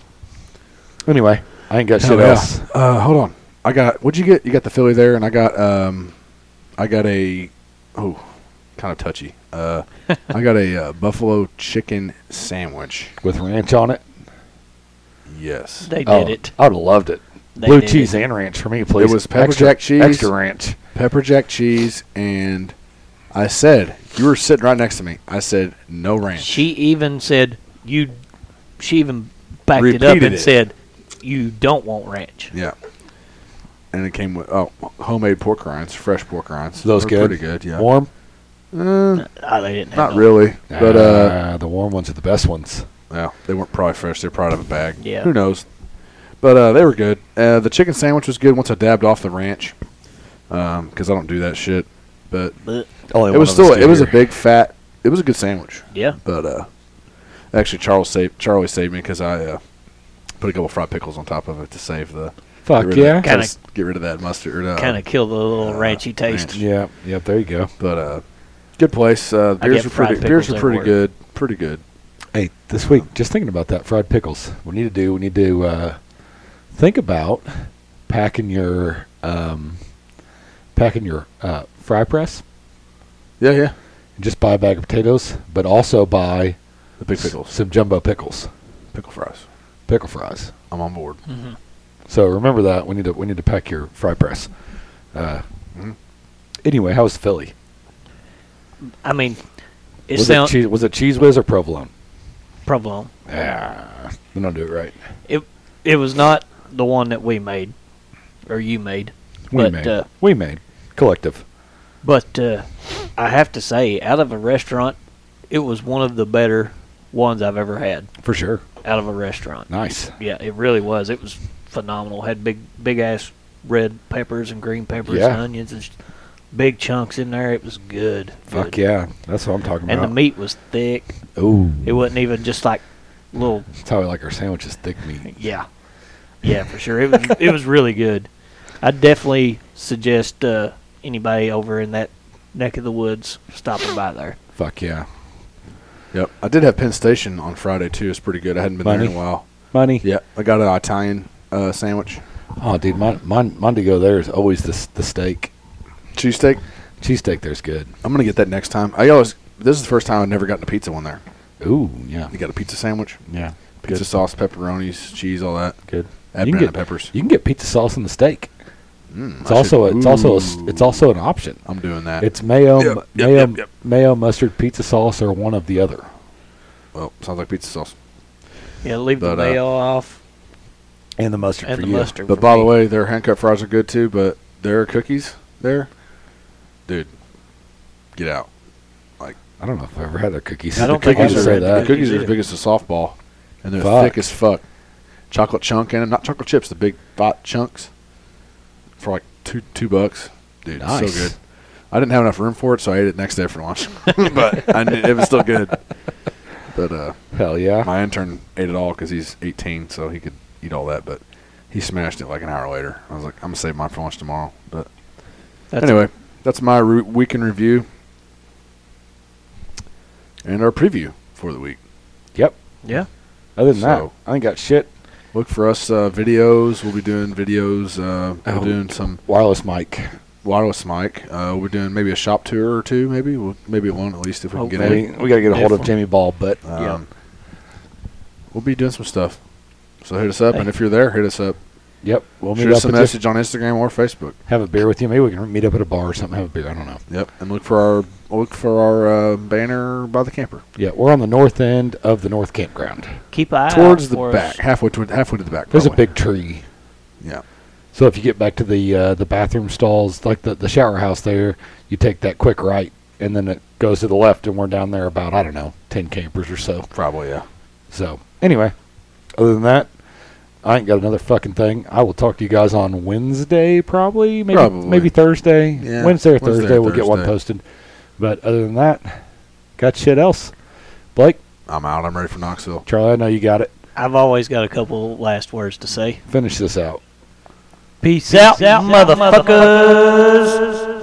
Speaker 2: anyway, I ain't got
Speaker 3: Hell
Speaker 2: shit
Speaker 3: yeah.
Speaker 2: else.
Speaker 3: Uh, hold on. I got. What'd you get? You got the Philly there, and I got. Um, I got a. Oh, kind of touchy. Uh, I got a uh, buffalo chicken sandwich.
Speaker 2: with ranch on it.
Speaker 3: Yes.
Speaker 1: they did
Speaker 2: Oh,
Speaker 1: it.
Speaker 2: I would have loved it.
Speaker 1: They
Speaker 2: Blue
Speaker 1: did
Speaker 2: cheese
Speaker 1: it.
Speaker 2: and ranch for me, please.
Speaker 3: was pepper
Speaker 2: extra,
Speaker 3: jack cheese.
Speaker 2: extra ranch.
Speaker 3: pepper jack cheese and I said you were sitting right next to me. I said no ranch.
Speaker 1: She even said you she even backed it up
Speaker 3: Repeated
Speaker 1: and
Speaker 3: it.
Speaker 1: said, "You don't want ranch."
Speaker 3: Yeah. And it came with oh homemade pork rinds, fresh pork rinds.
Speaker 2: So those
Speaker 3: They're
Speaker 2: good?
Speaker 3: pretty good. Yeah,
Speaker 2: Warm?
Speaker 3: Uh,
Speaker 1: Oh, they didn't. have
Speaker 3: not
Speaker 1: no-
Speaker 3: really, but uh,
Speaker 2: Ah, the warm ones are the best ones.
Speaker 3: yeah, they weren't probably fresh. They're probably out of a bag.
Speaker 1: Yeah.
Speaker 3: who knows? But uh, they were good. Uh, the chicken sandwich was good once I dabbed off the ranch, because I don't do that shit. But
Speaker 1: But,
Speaker 2: Only
Speaker 3: it was
Speaker 2: one of us
Speaker 3: still
Speaker 2: do
Speaker 3: it was a
Speaker 2: here.
Speaker 3: big fat. It was a good sandwich.
Speaker 1: yeah.
Speaker 3: But uh, actually, Charles saved Charlie saved me because I uh, put a couple fried pickles on top of it to save the
Speaker 2: Fuck
Speaker 3: get rid
Speaker 2: yeah.
Speaker 3: of, kinda
Speaker 1: Kinda-
Speaker 3: s- get rid of that mustard. Uh,
Speaker 1: kind of kill the little
Speaker 3: uh,
Speaker 1: ranchy taste.
Speaker 3: ranch.
Speaker 2: Yeah, yep, there you go.
Speaker 3: but uh, good place. Uh, the
Speaker 1: I
Speaker 3: beers
Speaker 1: get
Speaker 3: were
Speaker 1: fried
Speaker 3: pretty. Beers
Speaker 1: pickles
Speaker 3: were
Speaker 1: at
Speaker 3: pretty
Speaker 1: work.
Speaker 3: good. Pretty good.
Speaker 2: Hey, this week, just thinking about that fried pickles. We need to do. We need to uh, think about packing your um, packing your uh, fry press.
Speaker 3: Yeah, yeah.
Speaker 2: And just buy a bag of potatoes, but also buy
Speaker 3: The big
Speaker 2: s-
Speaker 3: pickles,
Speaker 2: some jumbo pickles,
Speaker 3: pickle fries.
Speaker 2: pickle fries.
Speaker 3: I'm on board.
Speaker 1: Mhm.
Speaker 2: So remember that we need to we need to pack your fry press. Uh,
Speaker 3: Mhm.
Speaker 2: Anyway, how was Philly?
Speaker 1: I mean, it
Speaker 2: was,
Speaker 1: sounds
Speaker 2: it cheese, was it cheese whiz or provolone?
Speaker 1: provolone.
Speaker 2: Ah, then I'll do it right.
Speaker 1: It it was not the one that we made or you made,
Speaker 2: We
Speaker 1: but
Speaker 2: made.
Speaker 1: Uh,
Speaker 2: we made. Collective.
Speaker 1: but uh, I have to say, out of a restaurant, it was one of the better ones I've ever had
Speaker 2: For sure.
Speaker 1: out of a restaurant.
Speaker 2: Nice.
Speaker 1: Yeah, it really was. It was phenomenal. Had big big ass red peppers and green peppers and
Speaker 2: Yeah.
Speaker 1: onions and sh- big chunks in there. It was good.
Speaker 2: Fuck
Speaker 1: good.
Speaker 2: yeah. That's what I'm talking
Speaker 1: And the
Speaker 2: about.
Speaker 1: meat was thick.
Speaker 2: Ooh.
Speaker 1: It wasn't even just like little
Speaker 2: That's how we like our sandwiches, thick meat.
Speaker 1: Yeah, yeah, for sure. It was it was really good. I definitely suggest uh, anybody over in that neck of the woods stopping by there.
Speaker 2: Fuck yeah.
Speaker 3: Yep. I did have Penn Station on Friday too. It's pretty good. I hadn't been there in
Speaker 2: Bunny?
Speaker 3: a while.
Speaker 2: Money.
Speaker 3: Yeah, I got an Italian uh, sandwich,
Speaker 2: Oh, dude, my, my, mine to go there is always the, s- the steak.
Speaker 3: cheesesteak.
Speaker 2: Cheesesteak there's good.
Speaker 3: I'm gonna get that next time. I always. This is the first time I've never gotten a pizza one there.
Speaker 2: Ooh, yeah.
Speaker 3: You got a pizza sandwich,
Speaker 2: Yeah.
Speaker 3: pizza sauce, pepperonis, cheese, all that.
Speaker 2: Good.
Speaker 3: Add
Speaker 2: You can
Speaker 3: banana
Speaker 2: get-
Speaker 3: peppers.
Speaker 2: You can get pizza sauce in the steak.
Speaker 3: Mm,
Speaker 2: It's
Speaker 3: I should-
Speaker 2: also a, it's also a, s-
Speaker 3: Ooh.
Speaker 2: it's also an option.
Speaker 3: I'm doing that.
Speaker 2: It's mayo
Speaker 3: Yep,
Speaker 2: m-
Speaker 3: yep,
Speaker 2: mayo
Speaker 3: yep, yep.
Speaker 2: mayo mustard pizza sauce or one of the other.
Speaker 3: well, sounds like pizza sauce.
Speaker 1: Yeah, leave
Speaker 3: But, uh,
Speaker 1: the mayo off
Speaker 2: And the mustard
Speaker 1: and the mustard.
Speaker 3: But
Speaker 1: for
Speaker 3: by the
Speaker 1: me.
Speaker 3: way, their hand cut fries are good too. But their cookies there, dude, get out.
Speaker 2: I don't know if I've ever had their cookies.
Speaker 1: I don't
Speaker 2: The
Speaker 1: think I've
Speaker 2: cookies
Speaker 1: ever
Speaker 2: are
Speaker 1: had
Speaker 2: that.
Speaker 1: the
Speaker 3: The cookies
Speaker 1: cookies
Speaker 3: are as
Speaker 1: either.
Speaker 3: big as a softball, and they're
Speaker 2: Fuck.
Speaker 3: thick as fuck. Chocolate chunk in them, not chocolate chips, the big fat chunks for like two two bucks, dude. it's
Speaker 2: Nice.
Speaker 3: So good. I didn't have enough room for it, so I ate it next day for lunch. but I knew, it was still good. But uh,
Speaker 2: Hell yeah.
Speaker 3: my intern ate it all because he's 18, so he could eat all that. But he smashed it like an hour later. I was like, I'm gonna save mine for lunch tomorrow. But
Speaker 1: That's-
Speaker 3: anyway, that's my re- week in review and our preview for the week.
Speaker 2: Yep.
Speaker 1: yeah,
Speaker 2: Other than
Speaker 3: So-
Speaker 2: that, I ain't got shit.
Speaker 3: Look for us uh, videos. We'll be doing videos. Uh,
Speaker 2: Oh.
Speaker 3: We're doing some
Speaker 2: Wireless mic.
Speaker 3: wireless mic. Uh, we're doing maybe a shop tour or two. Maybe we'll, maybe one at least if we can get
Speaker 2: We,
Speaker 3: it.
Speaker 2: we got to get a hold of
Speaker 1: Definitely.
Speaker 2: Jamie Ball, but
Speaker 3: Um,
Speaker 1: Yeah.
Speaker 3: We'll be doing some stuff. So hit us up, and if you're there, hit us up.
Speaker 2: yep, we'll meet
Speaker 3: Shoot us
Speaker 2: up
Speaker 3: a
Speaker 2: at
Speaker 3: message on Instagram or Facebook.
Speaker 2: the- have a beer with you. Maybe we can meet up at a bar or something. Have a beer. I don't know.
Speaker 3: Yep, and look for our look for our uh, banner by the camper
Speaker 2: Yeah, we're on the north end of the north campground.
Speaker 1: keep an eye
Speaker 3: towards
Speaker 1: out
Speaker 3: the
Speaker 1: for
Speaker 3: back,
Speaker 1: us.
Speaker 3: halfway to halfway to the back.
Speaker 2: There's a
Speaker 3: probably.
Speaker 2: big tree.
Speaker 3: yeah.
Speaker 2: So if you get back to the uh, the bathroom stalls, like the, the shower house there, you take that quick right, and then it goes to the left, and we're down there about I don't know ten campers or so.
Speaker 3: Probably, yeah.
Speaker 2: So anyway, other than that, I ain't got another fucking thing. I will talk to you guys on Wednesday, probably, maybe
Speaker 3: Probably.
Speaker 2: maybe Thursday,
Speaker 3: Yeah,
Speaker 2: Wednesday or
Speaker 3: Wednesday or
Speaker 2: Thursday. we'll get one
Speaker 3: Thursday.
Speaker 2: posted. But other than that, got shit else. Blake,
Speaker 3: I'm out. I'm ready for Knoxville.
Speaker 2: Charlie, I know you got it.
Speaker 1: I've always got a couple last words to say.
Speaker 2: Finish this out.
Speaker 1: Peace, out, motherfuckers.